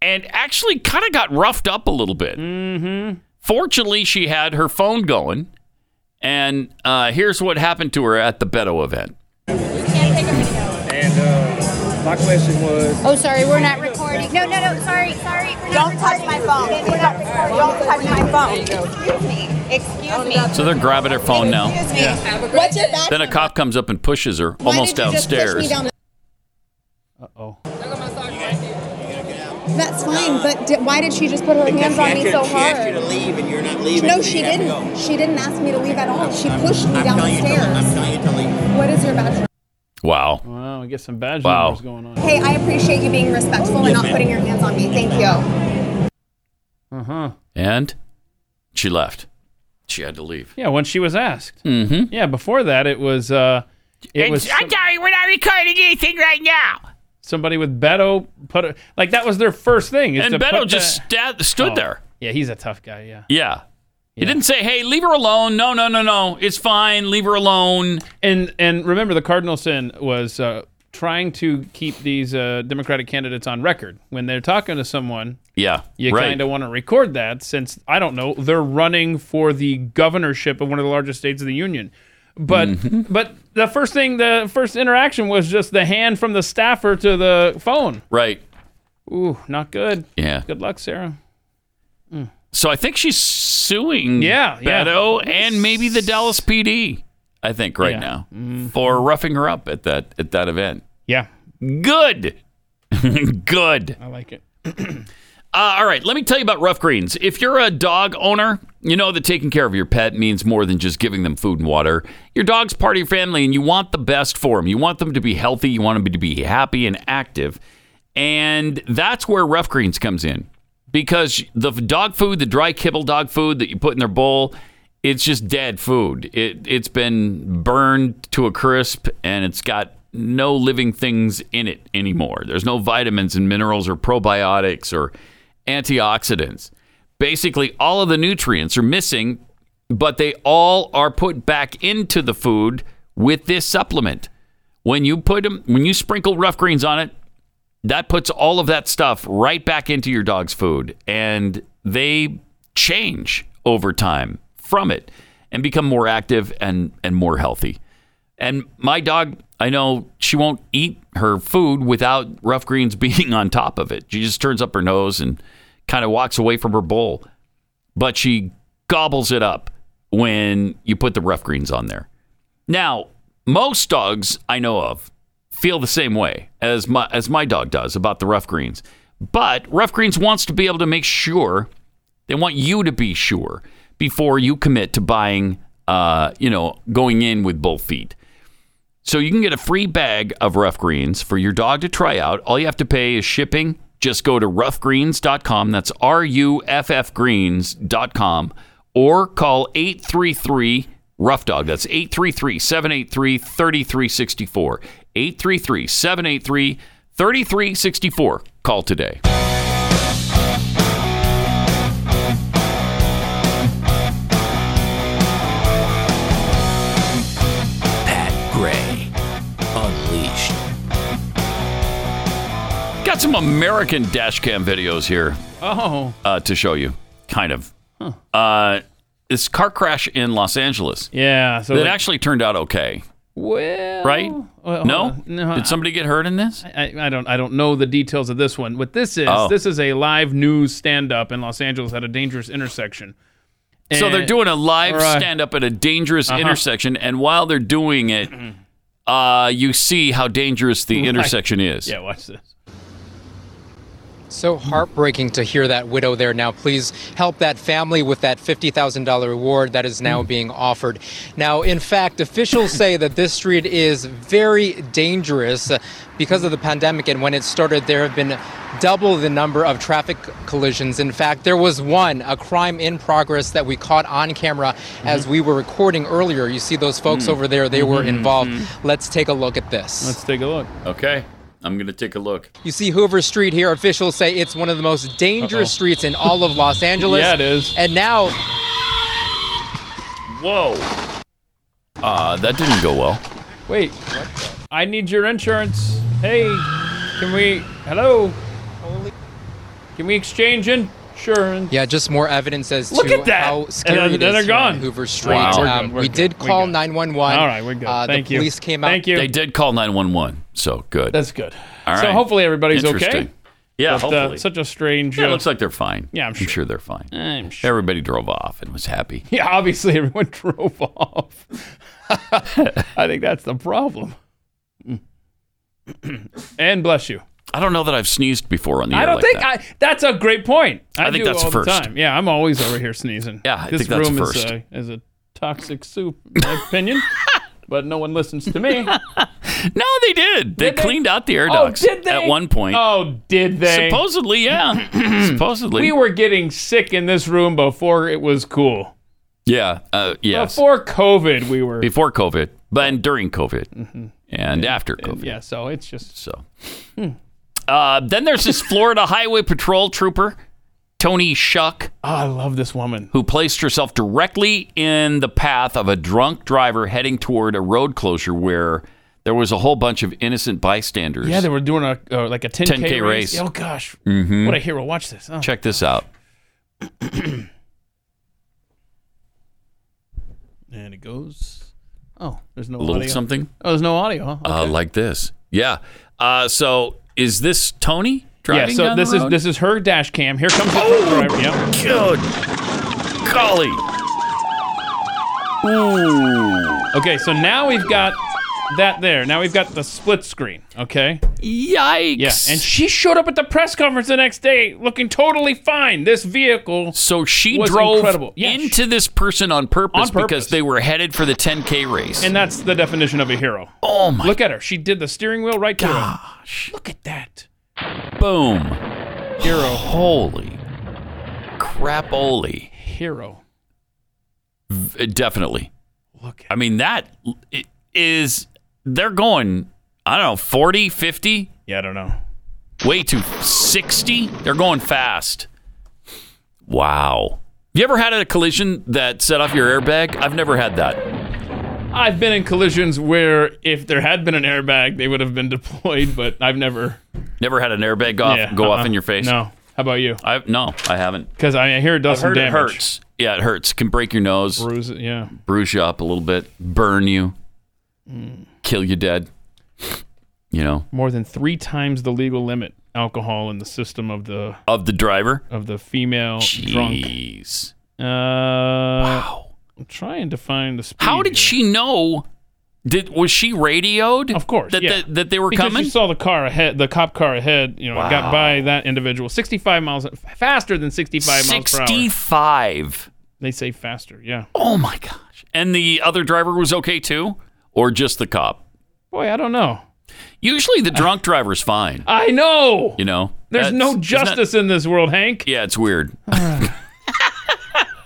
and actually kind of got roughed up a little bit. Mm-hmm. Fortunately, she had her phone going. And uh, here's what happened to her at the Beto event.
And uh, my question was,
Oh, sorry, we're not recording. No, no, no, sorry, sorry. Don't touch my phone. We're not recording. Don't touch my phone. Excuse me. Excuse me.
So they're grabbing her phone now.
Excuse me. What's your back?
Then a cop comes up and pushes her almost downstairs.
That's fine, but d- why did she just put her hands on me so hard?
leave and you're not
No, she didn't. She didn't ask me to leave at all. She pushed me downstairs. What is your badge?
Wow.
Wow. We get some badge
Wow.
numbers going on.
Hey, I appreciate you being respectful and
Yes,
not
ma'am.
putting your hands on me. Thank you.
Uh huh.
And she left. She had to leave.
Yeah. When she was asked.
Mm-hmm.
Yeah. Before that, it was uh, it was some-
sorry, we're not recording anything right now.
somebody with Beto put a, like that was their first thing. Is
And
to
Beto
put
just
the-
sta- stood
Oh.
there.
Yeah, he's a tough guy. Yeah.
Yeah. It didn't say, "Hey, leave her alone." No, no, no, no. It's fine. Leave her alone.
And and remember, the cardinal sin was uh, trying to keep these uh, Democratic candidates on record when they're talking to someone.
Yeah,
You
right.
kind of want to record that since I don't know they're running for the governorship of one of the largest states of the union. But but the first thing, the first interaction was just the hand from the staffer to the phone.
right.
Ooh, not good.
Yeah.
Good luck, Sarah.
So I think she's suing
Yeah, yeah.
Beto and maybe the Dallas PD. I think right
Yeah. Mm-hmm.
now for roughing her up at that at that event.
Yeah.
Good. Good.
I like it.
Uh, all right, let me tell you about Rough Greens. If you're a dog owner, you know that taking care of your pet means more than just giving them food and water. Your dog's part of your family, and you want the best for them. You want them to be healthy, you want them to be happy and active. And that's where Rough Greens comes in because the dog food, the dry kibble dog food that you put in their bowl, it's just dead food. It, it's been burned to a crisp and it's got no living things in it anymore. There's no vitamins and minerals or probiotics or antioxidants. Basically, all of the nutrients are missing, but they all are put back into the food with this supplement. When you put them, when you sprinkle rough greens on it, that puts all of that stuff right back into your dog's food and they change over time from it and become more active and and more healthy and my dog i know she won't eat her food without rough greens being on top of it she just turns up her nose and kind of walks away from her bowl but she gobbles it up when you put the rough greens on there now, most dogs I know of feel the same way as my as my dog does about the rough greens. But Rough Greens wants to be able to make sure they want you to be sure before you commit to buying, uh, you know, going in with both feet. So you can get a free bag of Rough Greens for your dog to try out. All you have to pay is shipping. Just go to roughgreens.com. That's R U F F greens.com or call 833 Rough Dog. That's 833 783 3364. 833 783 3364. Call today.
Pat Gray Unleashed.
Got some American dash cam videos here
Oh.
uh, to show you, kind of. Uh, this car crash in Los Angeles.
Yeah. So
that
like-
actually turned out okay,
Well,
right?
Oh, well,
no?
hold on. No, I-
Did somebody get hurt in this?
I, I don't I don't know the details of this one. What this is,
Oh.
this is a live news stand up in Los Angeles at a dangerous intersection.
so they're
And-
doing a live
Eh, Right.
stand up at a dangerous
Uh-huh.
intersection, and while they're doing it, uh, you see how dangerous the intersection is.
Yeah, watch this.
So heartbreaking to hear that widow there now. Please help that family with that $50,000 reward that is now being offered. Now, in fact, officials say that this street is very dangerous uh, because of the pandemic. And when it started, there have been double the number of traffic collisions. In fact, there was one, a crime in progress that we caught on camera as we were recording earlier. You see those folks
Mm.
over there, they were
Mhm,
involved.
mhm.
Let's take a look at this.
Let's take a look.
Okay, I'm going to take a look.
You see Hoover Street here. Officials say it's one of the most dangerous streets in all of Los Angeles.
Yeah, it is.
And now,
Whoa. Uh, that didn't go well.
Wait. I need your insurance. Hey, can we hello? Can we exchange insurance?
yeah, just more evidence as
Look
to
at that.
how
And
scary
then-
it
then
is
they're
here on
gone.
Hoover Street.
Wow. We're good,
Um,
we're
we
good,
did
we're
call
good.
911.
All right, we're good.
Uh, the
Thank you.
police came out.
Thank you.
They did call 911, so good.
That's good.
All right.
So hopefully everybody's okay.
Interesting. Yeah,
But, uh,
hopefully.
such a strange.
yeah, it
uh,
looks like they're fine.
Yeah, I'm
I'm sure they're fine.
I'm
Everybody drove off and was happy.
Yeah, obviously everyone drove off. I think that's the problem. and bless you.
I don't know that I've sneezed before on the
I
air
don't
like
think
that.
I. That's a great point. I,
I think
do
that's
all the
first.
time. Yeah, I'm always over here sneezing.
Yeah, I
this
think that's
room
first.
Is, a, is a toxic soup, in my opinion. but no one listens to me.
No, they did. They
Did they?
cleaned out the air
Oh,
ducts
did they?
at one point.
Oh, did they?
Supposedly, yeah. Supposedly.
we were getting sick in this room before it was cool.
Yeah. Uh, yes.
Before COVID, we were.
Before COVID, but and during COVID, and after COVID.
Mm-hmm. Yeah, Hmm. so it's just
So, uh, then there's this Florida Highway Patrol trooper Tony Shuck.
oh, I love this woman.
Who placed herself directly in the path of a drunk driver heading toward a road closure where there was a whole bunch of innocent bystanders.
Yeah, they were doing a uh, like a 10K,
10K race.
Oh gosh,
Mhm.
what a hero! Watch this. Oh.
Check this out.
And it goes. Oh, there's no
A little
audio.
something?
Oh, there's no audio. Huh?
Uh, like this. Yeah. Uh, so is this Tony driving
yeah, so
down
this
the
is
road? Oh,
this is her dash cam. Here comes the truck driver. Yep.
Good golly. Ooh.
Okay, so now we've got that there. Now we've got the split screen. Okay.
Yikes.
Yeah, and she showed up at the press conference the next day looking totally fine. This vehicle.
So she
was
drove
incredible. Yeah,
into this person on purpose,
On purpose.
because they were headed for the 10K race.
and that's the definition of a hero.
Oh my
Look at her. She did the steering wheel right to her.
boom.
Hero.
Holy crapoly.
Hero.
V- Uh, Definitely. Look I mean, that l- i- is, they're going, I don't know, 40, 50?
Yeah, I don't know.
Way too 60? They're going fast. Wow. You ever had a collision that set off your airbag? I've never had that.
I've been in collisions where if there had been an airbag, they would have been deployed, but I've never.
Never had an airbag go off,
Yeah,
go
uh-uh.
off in your face.
No. How about you?
I no, I haven't.
Because I hear it does
I've
some
heard it
damage.
hurts. Yeah, it hurts. Can break your nose,
Bruise it, yeah.
bruise you up a little bit, burn you, kill you dead. You know,
More than three times the legal limit alcohol in the system of the
of the driver.
of the female Oh, drunk.
Jeez.
Uh, wow. I'm trying to find the speed.
How did she know? Did was she radioed?
Of course,
that
yeah.
that, that they were
because
coming.
she saw the car ahead, the cop car ahead. You know, it got
Wow.
by that individual, 65 miles faster than 65 miles per hour.
Sixty-five.
They say faster, yeah.
Oh my gosh! And the other driver was okay too, or just the cop?
Boy, I don't know.
Usually the drunk driver's fine.
I know.
You know,
There's
That's-
no
isn't that-
justice in this world, Hank.
Yeah, it's weird.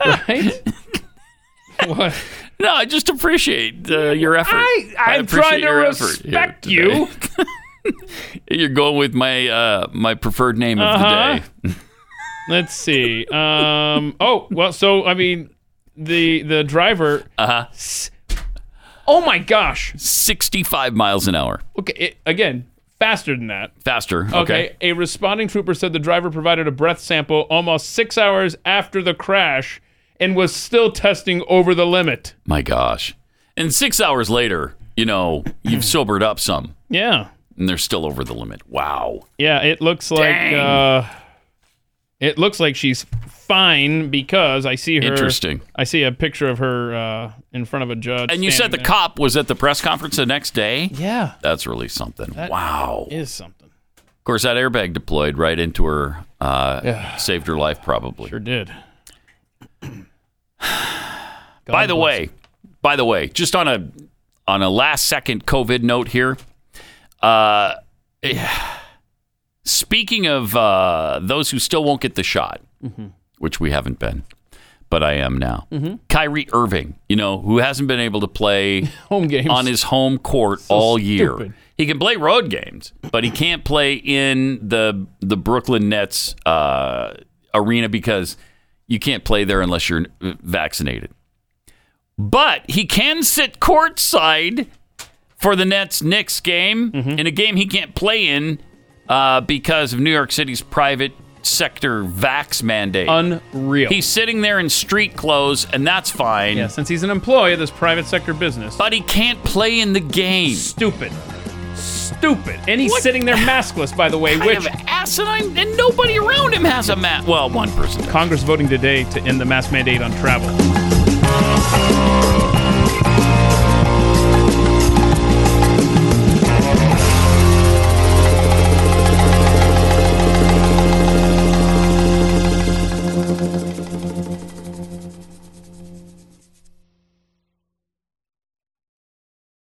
Right? what?
No, I just appreciate uh, your effort.
I, I'm
appreciate
trying to
your effort
respect
here today.
you.
You're going with my uh, my preferred name of
Uh-huh.
the day.
Let's see. Um. Oh well. So I mean, the the driver.
Uh-huh.
s- Oh my gosh.
65 miles an hour.
Okay. It, again, faster than that.
Faster. Okay.
Okay. A responding trooper said the driver provided a breath sample almost six hours after the crash and was still testing over the limit.
My gosh. And six hours later, you know, you've sobered up some
Yeah.
and they're still over the limit. Wow.
Yeah. It looks like. Uh, it looks like she's fine because I see her.
Interesting.
I see a picture of her uh, in front of a judge.
And you said the
standing there.
cop was at the press conference the next day?
Yeah.
That's really something.
That
wow.
Is something.
Of course, that airbag deployed right into her, uh,
Yeah.
saved her life probably.
Sure did.
by the way, by the way, just on a on a last second COVID note here. Uh, eh, speaking of uh, those who still won't get the shot,
Mm-hmm.
which we haven't been, but I am now. Kyrie Irving, you know, who hasn't been able to play
home games
on his home court all
stupid.
year. He can play road games, but he can't play in the the Brooklyn Nets uh, arena because you can't play there unless you're uh, vaccinated. But he can sit courtside for the Nets Knicks game in a game he can't play in uh, because of New York City's private sector vax mandate.
unreal.
He's sitting there in street clothes, and that's fine.
yeah, since he's an employee of this private sector business,
But he can't play in the game.
stupid, stupid, and he's
What?
sitting there maskless. By the way,
kind
which
of asinine, and nobody around him has a mask. Well, one person.
Congress voting today to end the mask mandate on travel.